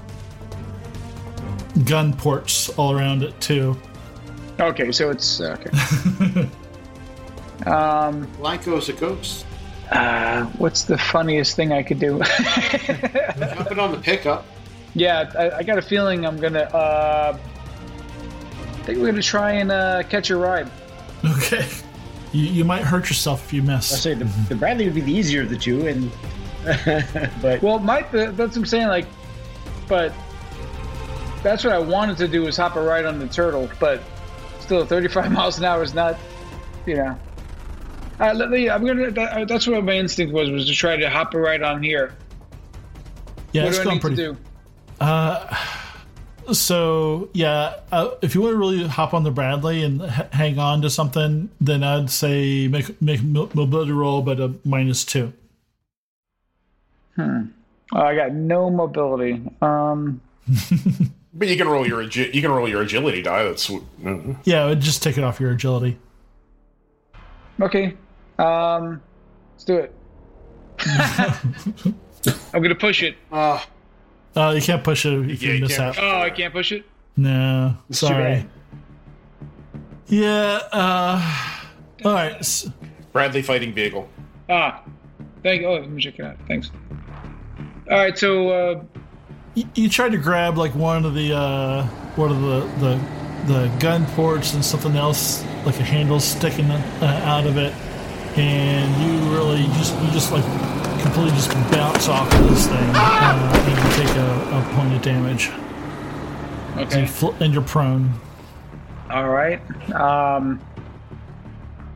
Speaker 2: Gun ports all around it too.
Speaker 7: okay, so it's uh, okay.
Speaker 4: Blanco's a ghost.
Speaker 7: Uh, what's the funniest thing I could do?
Speaker 4: Jump it on the pickup.
Speaker 7: yeah, I, I got a feeling I'm gonna. Uh, I think we're gonna try and uh, catch a ride.
Speaker 2: Okay, you, you might hurt yourself if you
Speaker 3: I
Speaker 2: miss.
Speaker 3: say the, the Bradley would be the easier of the two, and but
Speaker 7: Well, might that's what I'm saying. Like, but that's what I wanted to do was hop a ride on the turtle. But still, 35 miles an hour is not, you know. Uh, let me, I'm gonna. That, uh, that's what my instinct was was to try to hop a ride on here.
Speaker 2: Yeah,
Speaker 7: What
Speaker 2: it's
Speaker 7: do I
Speaker 2: going
Speaker 7: need
Speaker 2: pretty.
Speaker 7: to do?
Speaker 2: So yeah, uh, if you want to really hop on the Bradley and h- hang on to something, then I'd say make make mo- mobility roll, but a minus two.
Speaker 7: Oh, I got no mobility. Um,
Speaker 5: But you can roll your agi- you can roll your agility die. That's mm.
Speaker 2: Yeah, it would just take it off your agility.
Speaker 7: okay. Um, let's do it. I'm gonna push it.
Speaker 4: Oh,
Speaker 2: Uh, you can't push it if
Speaker 5: Yeah,
Speaker 2: you
Speaker 5: you
Speaker 2: miss out.
Speaker 5: can't.
Speaker 7: Oh, I can't push it.
Speaker 2: No,
Speaker 3: too
Speaker 2: sorry.
Speaker 3: bad.
Speaker 2: Yeah. Uh, all right. s-
Speaker 5: Bradley fighting vehicle.
Speaker 7: Ah, thank. Oh, let me check it out. Thanks. All right, so uh,
Speaker 2: y- you tried to grab like one of the uh, one of the, the the gun ports and something else, like a handle sticking uh, out of it, and you really just you just like completely just bounce off of this thing uh, and you take a, a point of damage.
Speaker 7: okay.
Speaker 2: You fl- and you're prone.
Speaker 7: All right. Um,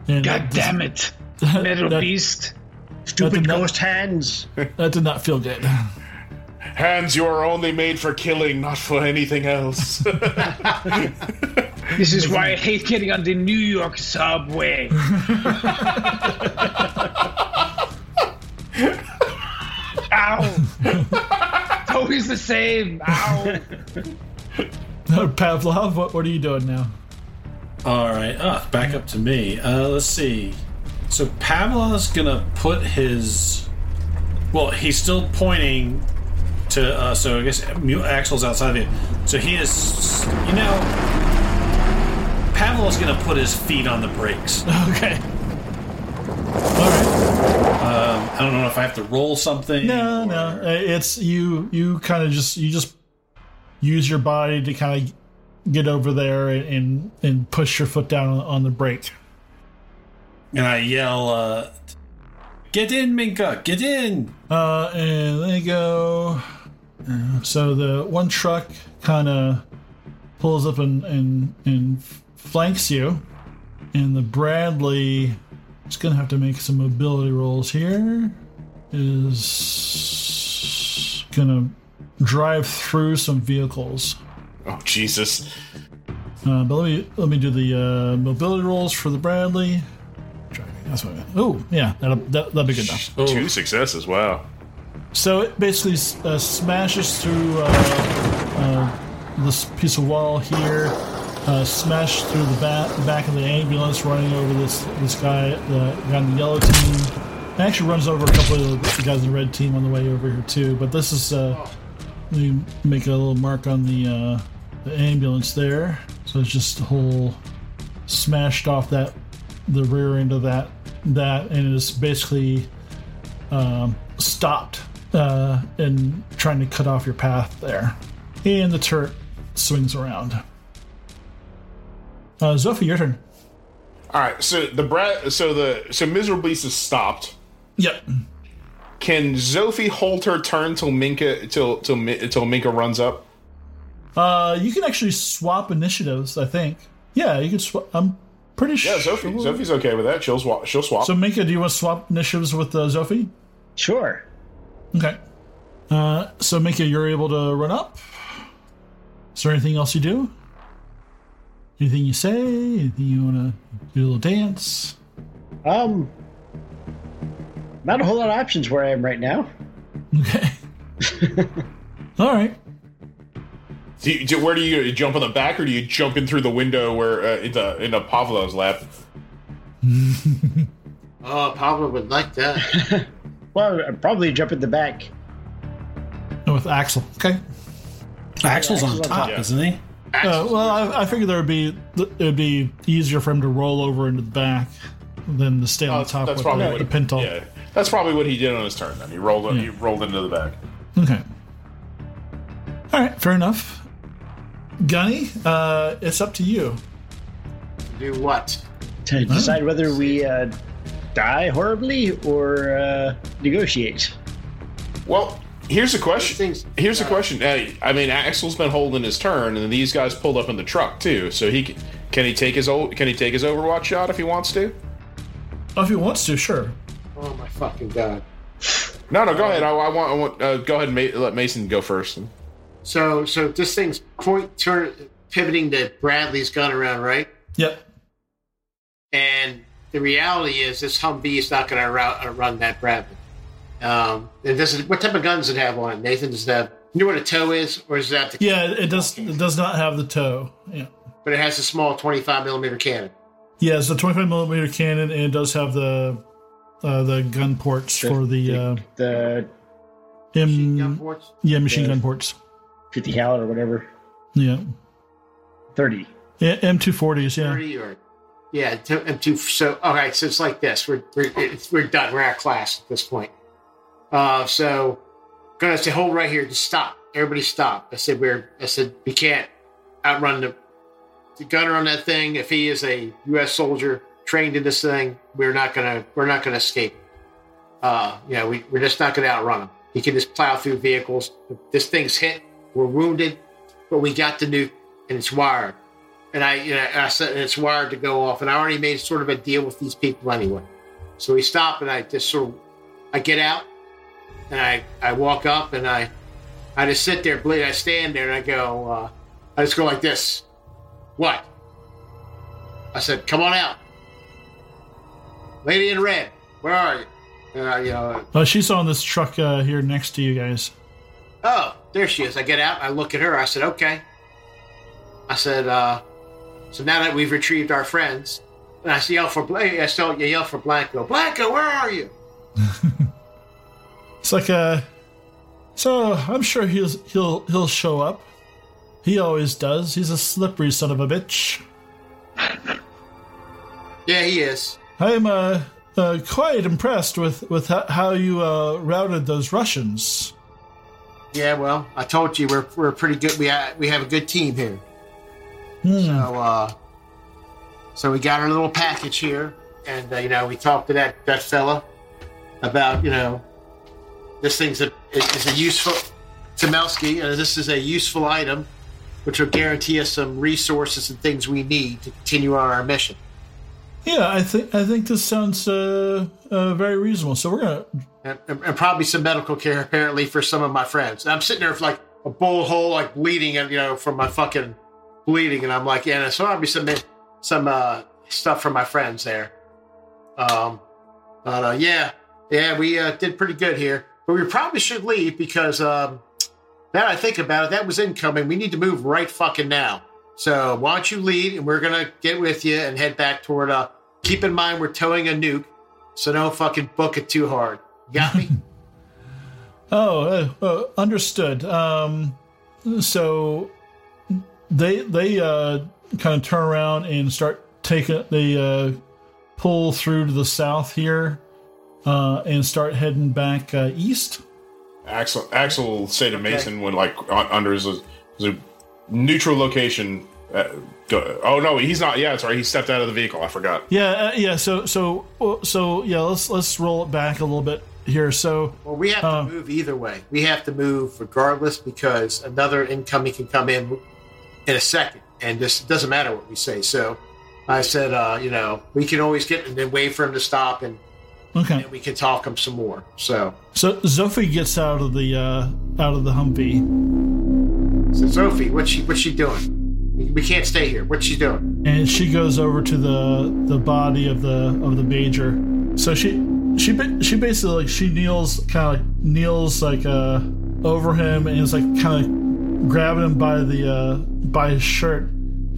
Speaker 2: And
Speaker 10: God damn it.
Speaker 2: that-
Speaker 10: Metal
Speaker 2: that,
Speaker 10: beast.
Speaker 2: Nothing
Speaker 3: stupid
Speaker 2: that-
Speaker 3: ghost hands.
Speaker 2: that did not feel good.
Speaker 5: Hands, you are only made for killing, not for anything else.
Speaker 10: This is why I hate getting on the New York subway. Ow! It's always the same. Ow!
Speaker 2: Pavlov, what, what are you doing now?
Speaker 9: All right, ah, back up to me. Uh, let's see. So Pavlov's gonna put his. Well, he's still pointing to. Uh, so I guess Mu- Axel's outside of it. So he is. You know, Pavlov's gonna put his feet on the brakes.
Speaker 2: Okay. All right.
Speaker 9: I don't know if I have to roll something.
Speaker 2: No,
Speaker 9: or-
Speaker 2: no. Uh, It's you. You kind of just you just use your body to kind of get over there and and, and push your foot down on, on the brake.
Speaker 9: And I yell, uh, "Get in, Minka! Get in!"
Speaker 2: Uh, and they go. uh, So the one truck kind of pulls up and, and and flanks you, and the Bradley is gonna have to make some mobility rolls here. Is gonna drive through some vehicles.
Speaker 5: Oh Jesus!
Speaker 2: Uh, but let me let me do the uh, mobility rolls for the Bradley. Driving. That's what. Oh yeah, that'll, that that'll be good enough.
Speaker 5: Two successes. Wow.
Speaker 2: So it basically uh, smashes through uh, uh, this piece of wall here, uh, smashed through the back, back of the ambulance, running over this this guy, the guy on the yellow team. It actually runs over a couple of the guys in the red team on the way over here too. But this is uh, let me make a little mark on the uh, the ambulance there. So it's just a whole smashed off that the rear end of that that, and it's basically um, stopped uh, and trying to cut off your path there. And the turret swings around. Uh, Zophie, your turn.
Speaker 5: All right. So the Brad. So the so miserably is stopped.
Speaker 2: Yep.
Speaker 5: Can Zophie hold her turn till Minka till till Mi- till Minka runs up?
Speaker 2: Uh, you can actually swap initiatives, I think. Yeah, you can swap. I'm pretty
Speaker 5: Yeah,
Speaker 2: sure.
Speaker 5: Zophie. Zophie's okay with that. She'll swap. She'll swap.
Speaker 2: So, Minka, do you want to swap initiatives with uh, Zophie?
Speaker 3: Sure.
Speaker 2: Okay. Uh, so, Minka, you're able to run up. Is there anything else you do? Anything you say? Anything you want to do? A little dance?
Speaker 3: Um, not a whole lot of options where I am right now.
Speaker 2: Okay. All right.
Speaker 5: Do you- do- where do you, you jump on the back, or do you jump in through the window where uh, into into Pavlov's lap?
Speaker 4: Oh, Pablo would like that.
Speaker 3: Well, I'd probably jump in the back.
Speaker 2: No, Oh, with Axel. Okay.
Speaker 9: Axel's on
Speaker 3: Axel's on
Speaker 9: top,
Speaker 5: top.
Speaker 9: isn't he?
Speaker 2: Uh, well, I, I figured there would be it would be easier for him to roll over into the back than to stay on the top
Speaker 5: Oh, that's
Speaker 2: with
Speaker 5: probably
Speaker 2: the,
Speaker 5: what
Speaker 2: the pintle.
Speaker 5: Yeah, that's probably what he did on his turn. Then he rolled. He rolled into the back.
Speaker 2: Okay. All right. Fair enough. Gunny, uh, it's up to you.
Speaker 4: Do what?
Speaker 3: to decide whether we uh, die horribly or uh, negotiate.
Speaker 5: Well, here's a question.
Speaker 4: These things-
Speaker 5: here's a question. Hey, I mean, Axel's been holding his turn, and these guys pulled up in the truck too. So he can, can he take his old can he take his Overwatch shot if he wants to?
Speaker 2: Oh, if he wants to, sure.
Speaker 4: Oh my fucking god.
Speaker 5: No, no. Go ahead. I, I want. I want. Uh, go ahead and ma- let Mason go first.
Speaker 4: So so this thing's point turn pivoting to Bradley's gun around, right?
Speaker 2: Yep.
Speaker 4: And the reality is, this Humvee is not going to run that Bradley. Um, and this is what type of guns does it have on it, Nathan? Does it have? You know what a tow is, or does it have the?
Speaker 2: Yeah. It does. It does not have the toe. Yeah.
Speaker 4: But it has a small twenty-five millimeter cannon.
Speaker 2: Yeah. It's a 25 millimeter cannon, and it does have the uh, the gun ports for the uh,
Speaker 3: The
Speaker 2: Mm.
Speaker 4: Machine gun
Speaker 2: M-
Speaker 4: ports.
Speaker 2: yeah machine gun ports.
Speaker 3: 50 cal or whatever,
Speaker 2: Yeah.
Speaker 3: 30.
Speaker 2: Yeah, M240s, yeah.
Speaker 4: thirty or yeah, two, and two. So all right, so it's like this. We're we're it's, we're done. We're out of class at this point. Uh, so gonna say hold right here. Just stop. Everybody stop. I said we're. I said we can't outrun the the gunner on that thing. If he is a U.S. soldier trained in this thing, we're not gonna we're not gonna escape. Uh, you know, we, we're just not gonna outrun him. He can just plow through vehicles. If this thing's hit. We're wounded, but we got the nuke and it's wired and I, you know, and I said, and it's wired to go off. And I already made sort of a deal with these people anyway. So we stop, and I just sort of, I get out, and I, I walk up, and I, I just sit there, bleed. I stand there, and I go, uh, I just go like this. What? I said, come on out, lady in red. Where are you? And I, you know,
Speaker 2: Uh, she's on this truck uh, here next to you guys.
Speaker 4: oh, there she is. I get out, I look at her, I said, okay. I said, uh, So now that we've retrieved our friends, and I yell for Blanco, I still yell for Blanco. Blanco, where are you?
Speaker 2: It's like uh So I'm sure he'll he'll he'll show up. He always does. He's a slippery son of a bitch.
Speaker 4: Yeah, he is.
Speaker 2: I'm uh, uh quite impressed with with ho- how you uh routed those Russians.
Speaker 4: Yeah, well, I told you we're we're pretty good. We ha- we have a good team here. So uh, so we got our little package here, and uh, you know we talked to that that fella about you know this thing's a is is a useful to Melsky, and this is a useful item, which will guarantee us some resources and things we need to continue on our mission.
Speaker 2: Yeah, I think I think this sounds uh, uh very reasonable. So we're gonna
Speaker 4: and, and- and probably some medical care apparently for some of my friends. And I'm sitting there with like a bull hole, like bleeding, and you know, from my fucking bleeding, and I'm like, yeah, there's probably some med- some uh, stuff for my friends there. Um, but uh, yeah, yeah, we uh, did pretty good here, but we probably should leave because um, now that I think about it, that was incoming. We need to move right fucking now. So why don't you lead, and we're gonna get with you and head back toward. Uh, keep in mind, we're towing a nuke, so don't fucking book it too hard. Got me.
Speaker 2: Oh, uh, uh, understood. Um, so they they uh, kind of turn around and start taking they uh, pull through to the south here uh, and start heading back uh, east.
Speaker 5: Axel Axel say to Mason when like u- under his, his neutral location. Uh, go- oh no, he's not. Yeah, sorry, he stepped out of the vehicle. I forgot.
Speaker 2: Yeah, uh, yeah. So so uh, so yeah. Let's let's roll it back a little bit here. So
Speaker 4: Well, we have
Speaker 2: Uh,
Speaker 4: to move either way. We have to move regardless because another incoming can come in in a second, and this it doesn't matter what we say. So, I said, uh, you know, we can always get and then wait for him to stop, and,
Speaker 2: okay.
Speaker 4: and we can talk him some more. So,
Speaker 2: So Zophie gets out of the uh, out of the Humvee
Speaker 4: so Sophie, what's she what's she doing? We, we can't stay here. What's she doing?
Speaker 2: and she goes over to the the body of the of the major. So she she ba- she basically like she kneels kind of like kneels like uh over him and is like kind of grabbing him by the uh by his shirt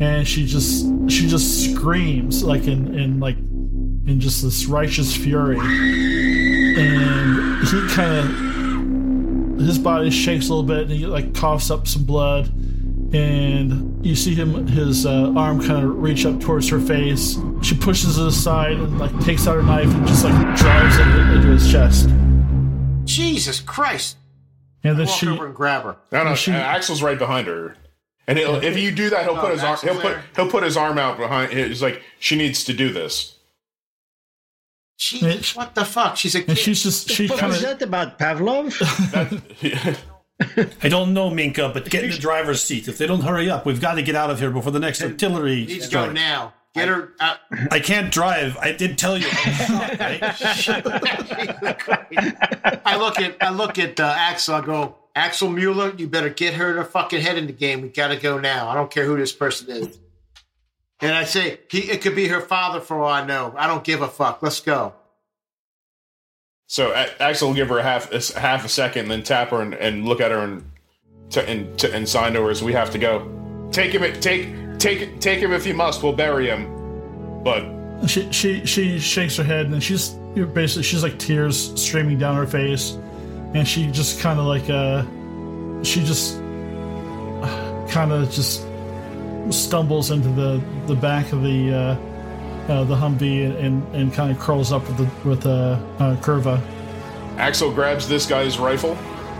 Speaker 2: and she just she just screams like in in like in just this righteous fury and he kind of his body shakes a little bit and he like coughs up some blood and you see him his uh, arm kind of reach up towards her face she pushes it aside and like takes out her knife and just like drives it into his chest
Speaker 4: Jesus Christ!
Speaker 2: and then
Speaker 4: Walk
Speaker 2: she
Speaker 4: over and grab her.
Speaker 5: No, no,
Speaker 2: she-
Speaker 5: uh, Axel's right behind her, and he'll, if you do that, he'll put his arm.
Speaker 4: Axel's
Speaker 5: He'll put
Speaker 4: there.
Speaker 5: he'll put his arm out behind. He's like, she needs to do this.
Speaker 4: Jesus,
Speaker 2: Mitch.
Speaker 4: what the fuck? She's a
Speaker 2: and
Speaker 4: kid.
Speaker 2: she's just she
Speaker 3: What
Speaker 2: kind
Speaker 3: was
Speaker 2: of
Speaker 3: that about Pavlov?
Speaker 9: I don't know, Minka, but get in the driver's seat. If they don't hurry up, we've got to get out of here before the next artillery
Speaker 4: needs to go
Speaker 9: strike.
Speaker 4: now. Get her out.
Speaker 9: I can't drive. I did tell you.
Speaker 4: I look at I look at uh, Axel. I go, Axel Mueller, you better get her the fucking head in the game. We gotta go now. I don't care who this person is. And I say, he, it could be her father for all I know. I don't give a fuck. Let's go.
Speaker 5: So a- Axel will give her a half a s- half a second, then tap her and, and look at her and t- and t- and sign to her as we have to go. Take him, take take take him if you must. We'll bury him. But
Speaker 2: she she she shakes her head and she's you're basically she's like tears streaming down her face and she just kind of like uh she just kind of just stumbles into the the back of the uh, uh the humvee and and, and kind of curls up with the with uh, uh curva
Speaker 5: Axel grabs this guy's rifle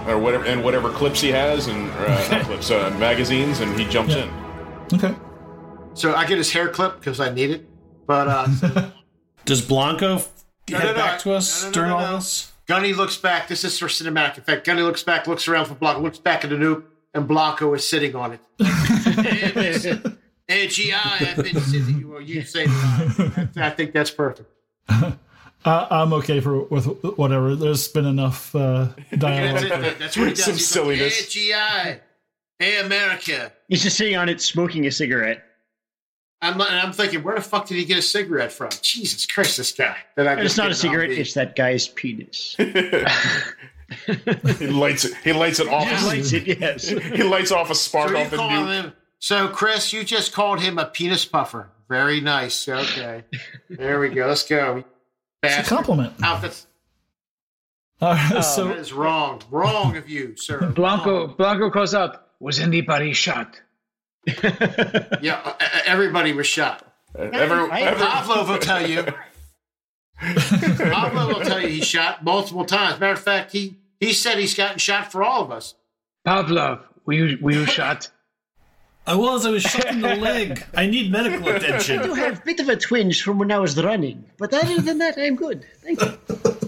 Speaker 5: or whatever and whatever clips he has and uh, not clips uh, magazines, and he jumps
Speaker 2: Yeah.
Speaker 5: in.
Speaker 2: okay
Speaker 4: So I get his hair clip because I need it. But uh,
Speaker 9: Does Blanco f-
Speaker 4: No,
Speaker 9: head
Speaker 4: no, no.
Speaker 9: back to
Speaker 4: No,
Speaker 9: us
Speaker 4: no, no,
Speaker 9: during
Speaker 4: no,
Speaker 9: all
Speaker 4: no.
Speaker 9: this?
Speaker 4: Gunny looks back. This is for cinematic effect. Gunny looks back, looks around for Blanco, looks back at the nuke, and Blanco is sitting on it. Damn it. AGI, I've been sitting. Well, you say that. I think that's perfect.
Speaker 2: I, I'm okay for with whatever. There's been enough uh,
Speaker 4: That's,
Speaker 2: dialogue.
Speaker 4: it. That's what he does.
Speaker 5: Some
Speaker 4: He's
Speaker 5: silliness.
Speaker 4: Like, hey, GI. Hey, America.
Speaker 3: He's just sitting on it, smoking a cigarette.
Speaker 4: I'm, li- and I'm thinking, where the fuck did he get a cigarette from? Jesus Christ, this guy. That I
Speaker 3: And
Speaker 4: just
Speaker 3: it's not a
Speaker 4: get an
Speaker 3: cigarette;
Speaker 4: RV.
Speaker 3: it's that guy's penis.
Speaker 5: He lights it. He lights it off.
Speaker 3: Lights it, yes.
Speaker 5: He lights off a spark
Speaker 4: So you
Speaker 5: off the
Speaker 4: call
Speaker 5: nuke.
Speaker 4: him? So, Chris, you just called him a penis puffer. Very nice. Okay. there we go. Let's go.
Speaker 2: It's a
Speaker 4: Bastard.
Speaker 2: compliment.
Speaker 4: Oh, that's,
Speaker 2: All right,
Speaker 4: that
Speaker 2: so
Speaker 4: is wrong. Wrong of you, sir.
Speaker 7: Blanco Blanco calls out. Was anybody shot?
Speaker 4: Yeah, uh, uh, everybody was shot.
Speaker 5: Every, every,
Speaker 4: Pavlo will tell you. Pavlo will tell you he shot multiple times. Matter of fact, he he said he's gotten shot for all of us.
Speaker 7: Pavlov, were you were you shot?
Speaker 8: I was. I was shot in the leg. I need medical attention.
Speaker 3: I have a bit of a twinge from when I was running, but other than that, I'm good. Thank you.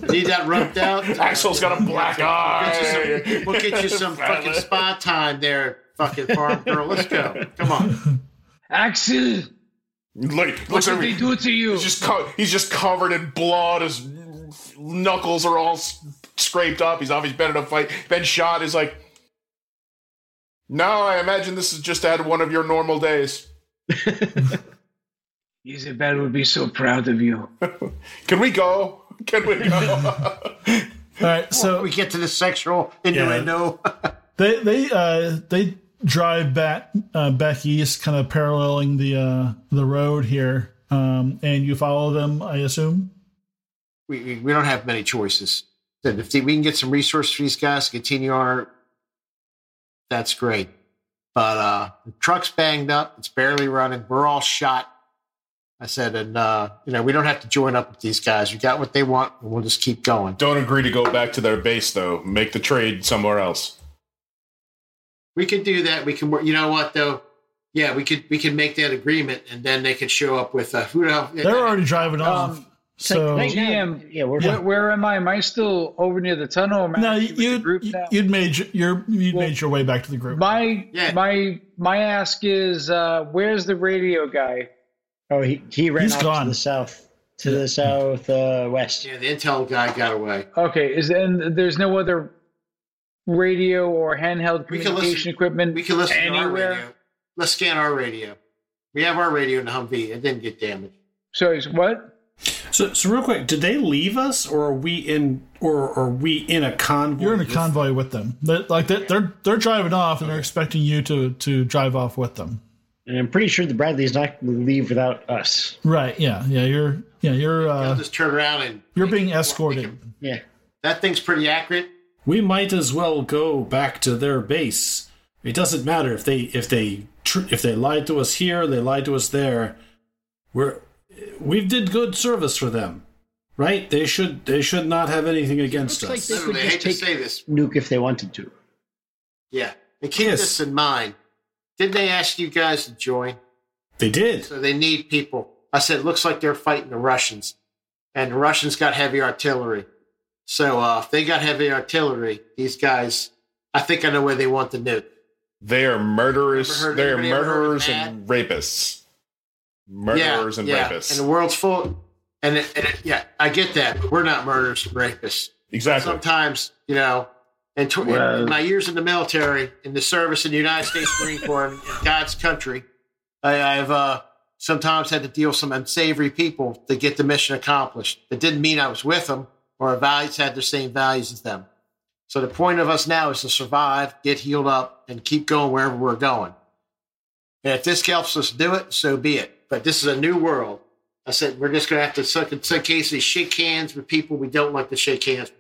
Speaker 4: Need that rubbed out.
Speaker 5: Axel's got a black eye.
Speaker 4: We'll get you some fucking
Speaker 5: Violet.
Speaker 4: spa time there, fucking farm girl. Let's go. Come on.
Speaker 7: Axel,
Speaker 5: Like,
Speaker 7: what
Speaker 5: looks
Speaker 7: did
Speaker 5: over,
Speaker 7: they
Speaker 5: he's
Speaker 7: do to you?
Speaker 5: just co- he's just covered in blood. His knuckles are all s- scraped up. He's obviously been in a fight. Been shot. He's like, no, I imagine this is just had one of your normal days.
Speaker 7: Isabel would be so proud of you.
Speaker 5: Can we go? Can we go?
Speaker 2: all right,
Speaker 4: We
Speaker 2: so
Speaker 4: get to the sexual innuendo.
Speaker 2: they they uh, they drive back uh, back east, kind of paralleling the uh, the road here, um, and you follow them, I assume.
Speaker 4: We, we, we don't have many choices. Said If we can get some resources for these guys to continue on, our, that's great. But uh, the truck's banged up. It's barely running. We're all shot. I said, and uh, you know, we don't have to join up with these guys. We got what they want, and we'll just keep going.
Speaker 5: Don't agree to go back to their base though. Make the trade somewhere else.
Speaker 4: We could do that. We can work. You know what though? Yeah, we could we could make that agreement, and then they could show up with uh, who the hell?
Speaker 2: They're already driving off.
Speaker 7: Um,
Speaker 2: So
Speaker 3: Right now-
Speaker 7: GM.
Speaker 3: yeah, we're
Speaker 7: Where, where am I? Am I still over near the tunnel? Am I
Speaker 2: no,
Speaker 7: actually with the
Speaker 2: you
Speaker 7: group
Speaker 2: you-
Speaker 7: now?
Speaker 2: you'd made your- your you'd
Speaker 7: Well,
Speaker 2: made your way back to the group.
Speaker 7: my
Speaker 4: Yeah.
Speaker 7: my my ask is, uh, where's the radio guy?
Speaker 3: Oh, he, he ran
Speaker 2: He's
Speaker 3: off
Speaker 2: gone.
Speaker 3: to the south, to the south uh, west.
Speaker 4: Yeah, the intel guy got away.
Speaker 7: Okay, is and there's no other radio or handheld
Speaker 4: We can
Speaker 7: communication
Speaker 4: listen-
Speaker 7: equipment
Speaker 4: We can listen to our
Speaker 7: anywhere.
Speaker 4: radio. Let's scan our radio. We have our radio in the Humvee. It didn't get damaged.
Speaker 7: So it's what?
Speaker 9: So, so real quick, did they leave us, or are we in, or are we in a convoy?
Speaker 2: You're in a
Speaker 9: with-
Speaker 2: convoy with them. They're, like they're, they're they're driving off, and they're expecting you to to drive off with them.
Speaker 3: And I'm pretty sure the Bradley's not going to leave without us.
Speaker 2: Right? Yeah. Yeah. You're yeah. You're
Speaker 4: I'll
Speaker 2: uh,
Speaker 4: just turn around and
Speaker 2: you're being escorted.
Speaker 3: Yeah.
Speaker 4: that thing's pretty accurate.
Speaker 8: We might as well go back to their base. It doesn't matter if they if they tr- if they lied to us here, they lied to us there. We're we did good service for them, right? They should they should not have anything against
Speaker 3: Looks
Speaker 8: us.
Speaker 3: like
Speaker 4: Literally, I
Speaker 3: just
Speaker 4: hate to
Speaker 3: take-
Speaker 4: say this.
Speaker 3: Nuke if they wanted to.
Speaker 4: Yeah. And keep
Speaker 8: Yes.
Speaker 4: this in mind. Didn't they ask you guys to join?
Speaker 8: they did.
Speaker 4: So they need people. I said, looks like they're fighting the Russians. And the Russians got heavy artillery. So uh, if they got heavy artillery, these guys, I think I know where they want the nuke.
Speaker 5: They are murderers.
Speaker 4: Ever heard-
Speaker 5: They are
Speaker 4: anybody ever heard of
Speaker 5: murderers and rapists. Murderers and rapists.
Speaker 4: And the world's full. And, it, and it, yeah, I get that. But we're not murderers and rapists.
Speaker 5: exactly.
Speaker 4: Sometimes, you know, and tw- in my years in the military, in the service in the United States Marine Corps, in God's country, I, I've uh, sometimes had to deal with some unsavory people to get the mission accomplished. It didn't mean I was with them or our values had the same values as them. So the point of us now is to survive, get healed up, and keep going wherever we're going. And if this helps us do it, so be it. But this is a new world. I said we're just going to have to, suck, in some cases, shake hands with people we don't like to shake hands. with.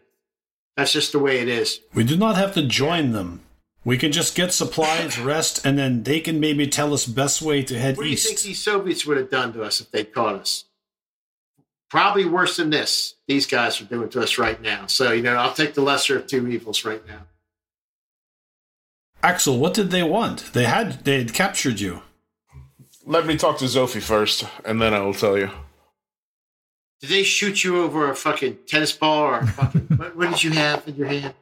Speaker 4: That's just the way it is.
Speaker 8: We do not have to join them. We can just get supplies, rest, and then they can maybe tell us best way to head
Speaker 4: What do you think
Speaker 8: east.
Speaker 4: these Soviets would have done to us if they caught us? Probably worse than this. These guys are doing to us right now. So you know, I'll take the lesser of two evils right now.
Speaker 8: Axel, what did they want? They had they had captured you.
Speaker 5: Let me talk to Zophie first, and then I will tell you.
Speaker 4: Did they shoot you over a fucking tennis ball or a fucking? what, what did you have in your hand?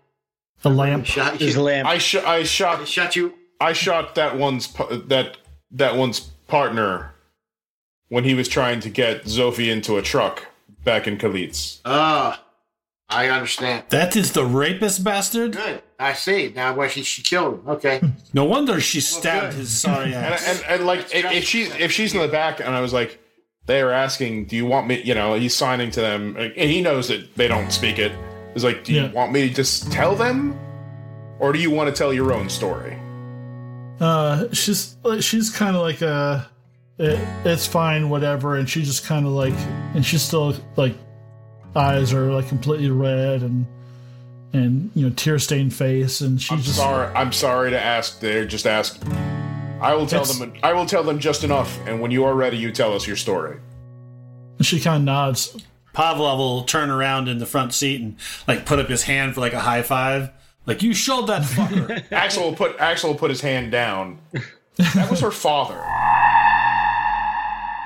Speaker 2: A lamp.
Speaker 4: Shot
Speaker 3: There's a
Speaker 4: you.
Speaker 3: lamp.
Speaker 5: I sh- I
Speaker 4: They
Speaker 5: shot
Speaker 4: shot you.
Speaker 5: I shot that one's pa- that that one's partner when he was trying to get Zophie into a truck back in Kalitz.
Speaker 4: Oh, I understand.
Speaker 8: That is the rapist bastard.
Speaker 4: Good. I see. Now, why she, she killed him? Okay.
Speaker 8: No wonder she stabbed
Speaker 4: good.
Speaker 8: his sorry
Speaker 5: And,
Speaker 8: ass.
Speaker 5: and, and like if, if she if she's in the back, and I was like, they are asking, do you want me? You know, he's signing to them, and he knows that they don't speak it. He's like, do you
Speaker 2: Yeah.
Speaker 5: want me to just tell them, or do you want to tell your own story?
Speaker 2: uh, she's she's kind of like uh it, it's fine, whatever, and she just kind of like, and she's still like, eyes are like completely red and and you know tear stained face, and she's
Speaker 5: I'm
Speaker 2: just
Speaker 5: sorry. I'm sorry to ask. There, just ask. I will tell
Speaker 2: It's-
Speaker 5: them. I will tell them just enough. And when you are ready, you tell us your story.
Speaker 2: and she kind of nods.
Speaker 8: Pavlov will turn around in the front seat and like put up his hand for like a high five. Like you showed that fucker.
Speaker 5: Axel will put Axel will put his hand down. That was her father.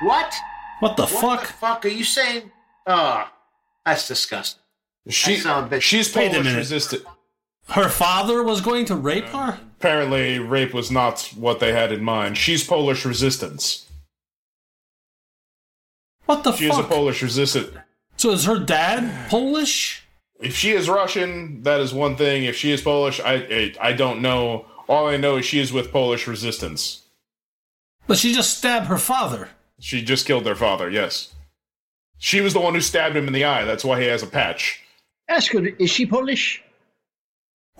Speaker 4: What?
Speaker 8: what the
Speaker 4: What
Speaker 8: fuck?
Speaker 4: the fuck are you saying? Ah, that's disgusting.
Speaker 5: She,
Speaker 4: That son of a bitch.
Speaker 5: she's
Speaker 8: Wait a
Speaker 5: Polish
Speaker 8: minute.
Speaker 5: resistant.
Speaker 8: Her father was going to rape her?
Speaker 5: Apparently, rape was not what they had in mind. She's Polish resistance.
Speaker 8: What the
Speaker 5: She is a
Speaker 8: fuck?
Speaker 5: Polish resistant.
Speaker 8: so is her dad Polish?
Speaker 5: If she is Russian, that is one thing. If she is Polish, I I, I don't know. All I know is she is with Polish resistance.
Speaker 8: But she just stabbed her father.
Speaker 5: She just killed their father. Yes, she was the one who stabbed him in the eye. That's why he has a patch.
Speaker 9: Ask her, is she Polish?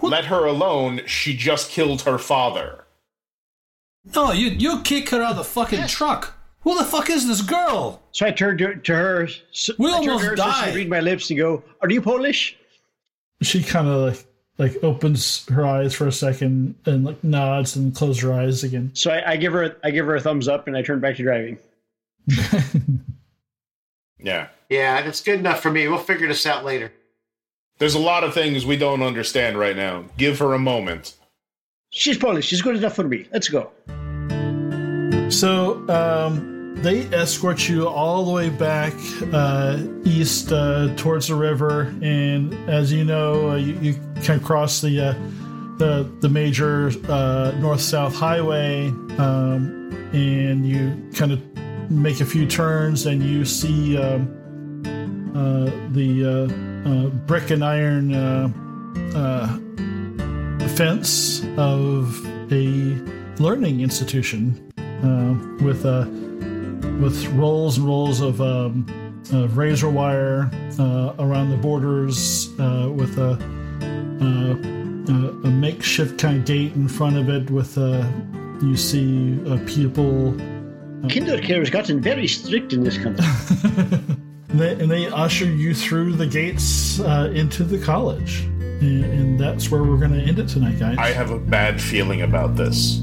Speaker 5: Let her alone. She just killed her father.
Speaker 8: No, you you kick her out of the fucking truck. Who the fuck is this girl?
Speaker 9: So I turned to, to her. So,
Speaker 8: We
Speaker 9: I turned to
Speaker 8: almost
Speaker 9: her so she
Speaker 8: died.
Speaker 9: could read my lips and go, "Are you Polish?"
Speaker 2: She kind of like like opens her eyes for a second and like nods and closes her eyes again.
Speaker 9: So I, I give her, I give her a thumbs up, and I turn back to driving.
Speaker 5: Yeah.
Speaker 4: Yeah, that's good enough for me. We'll figure this out later.
Speaker 5: There's a lot of things we don't understand right now. Give her a moment.
Speaker 9: She's Polish. She's good enough for me. Let's go.
Speaker 2: So um, they escort you all the way back uh, east uh, towards the river, and as you know, uh, you, you can cross the uh, the the major uh, north south highway, um, and you kind of make a few turns, and you see um, uh, the uh, uh, brick and iron uh, uh, fence of a learning institution uh, with uh, with rolls and rolls of, um, of razor wire uh, around the borders, uh, with a, uh, a a makeshift kind of gate in front of it. With uh, you see uh, a pupil,
Speaker 9: Kindercare has gotten very strict in this country.
Speaker 2: and they, and they usher you through the gates uh, into the college, and, and that's where we're going to end it tonight, guys.
Speaker 5: I have a bad feeling about this.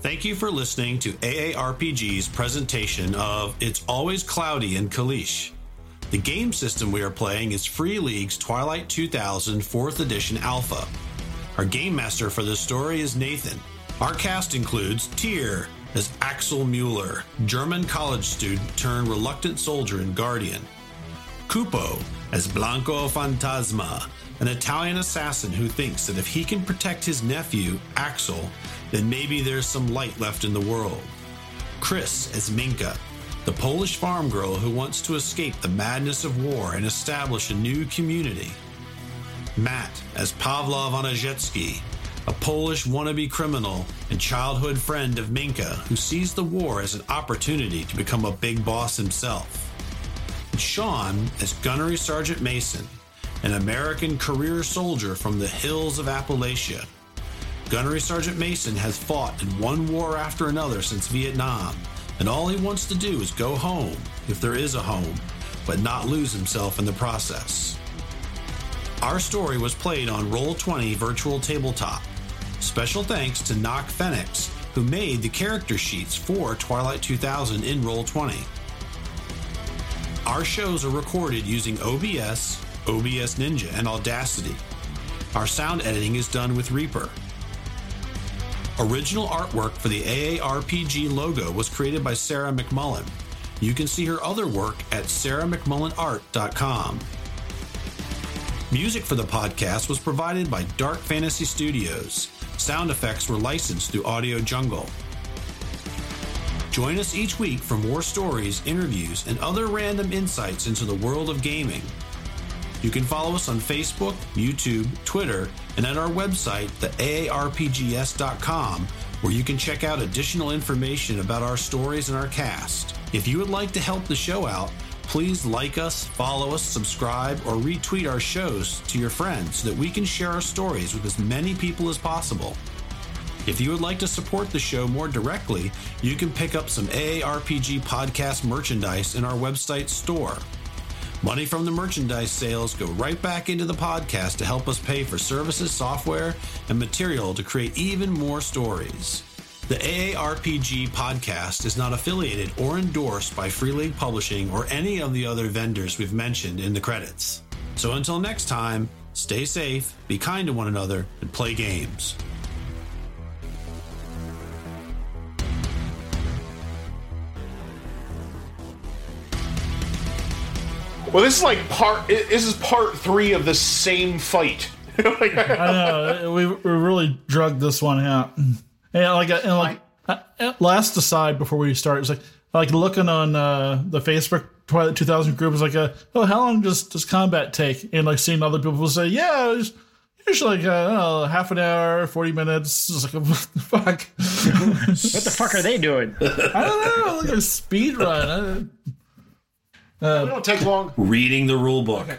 Speaker 3: Thank you for listening to AARPG's presentation of It's Always Cloudy in Kalish. The game system we are playing is Free League's Twilight 2000 4th Edition Alpha. Our game master for this story is Nathan. Our cast includes Tyr as Axel Mueller, German college student turned reluctant soldier and guardian. Cupo as Blanco Fantasma, an Italian assassin who thinks that if he can protect his nephew, Axel, then maybe there's some light left in the world. Chris as Minka, the Polish farm girl who wants to escape the madness of war and establish a new community. Matt as Pavlov Onozhetsky, a Polish wannabe criminal and childhood friend of Minka who sees the war as an opportunity to become a big boss himself. Sean as Gunnery Sergeant Mason, an American career soldier from the hills of Appalachia. Gunnery Sergeant Mason has fought in one war after another since Vietnam, and all he wants to do is go home, if there is a home, but not lose himself in the process. Our story was played on Roll20 Virtual Tabletop. Special thanks to Nock Fenix, who made the character sheets for Twilight 2000 in Roll20. Our shows are recorded using OBS, OBS Ninja, and Audacity. Our sound editing is done with Reaper. Original artwork for the AARPG logo was created by Sarah McMullen. You can see her other work at sarahmcmullenart.com. Music for the podcast was provided by Dark Fantasy Studios. Sound effects were licensed through Audio Jungle. Join us each week for more stories, interviews, and other random insights into the world of gaming. You can follow us on Facebook, YouTube, Twitter, and at our website, theaarpgs.com, where you can check out additional information about our stories and our cast. If you would like to help the show out,
Speaker 9: please like us, follow us, subscribe, or retweet our shows to your friends so that we can share our stories with as many people as possible. If you would like to support the show more directly, you can pick up some AARPG podcast merchandise in our website store. Money from the merchandise sales go right back into the podcast to help us pay for services, software, and material to create even more stories. The AARPG podcast is not affiliated or endorsed by Free League Publishing or any of the other vendors we've mentioned in the credits. So until next time, stay safe, be kind to one another, and play games.
Speaker 5: Well, this is like part. i- This is part three of the same fight. Like,
Speaker 2: I know we, we really drug this one out, and like and like uh, last aside before we start, it's like like looking on uh, the Facebook Twilight 2000 group is like, uh oh, how long does does combat take? And like seeing other people say, yeah, it's usually like uh, I don't know, half an hour, forty minutes. It's like what the fuck?
Speaker 11: What the fuck are they doing?
Speaker 2: I don't know, like a speed run. I-
Speaker 4: It don't take long.
Speaker 9: Reading the rulebook.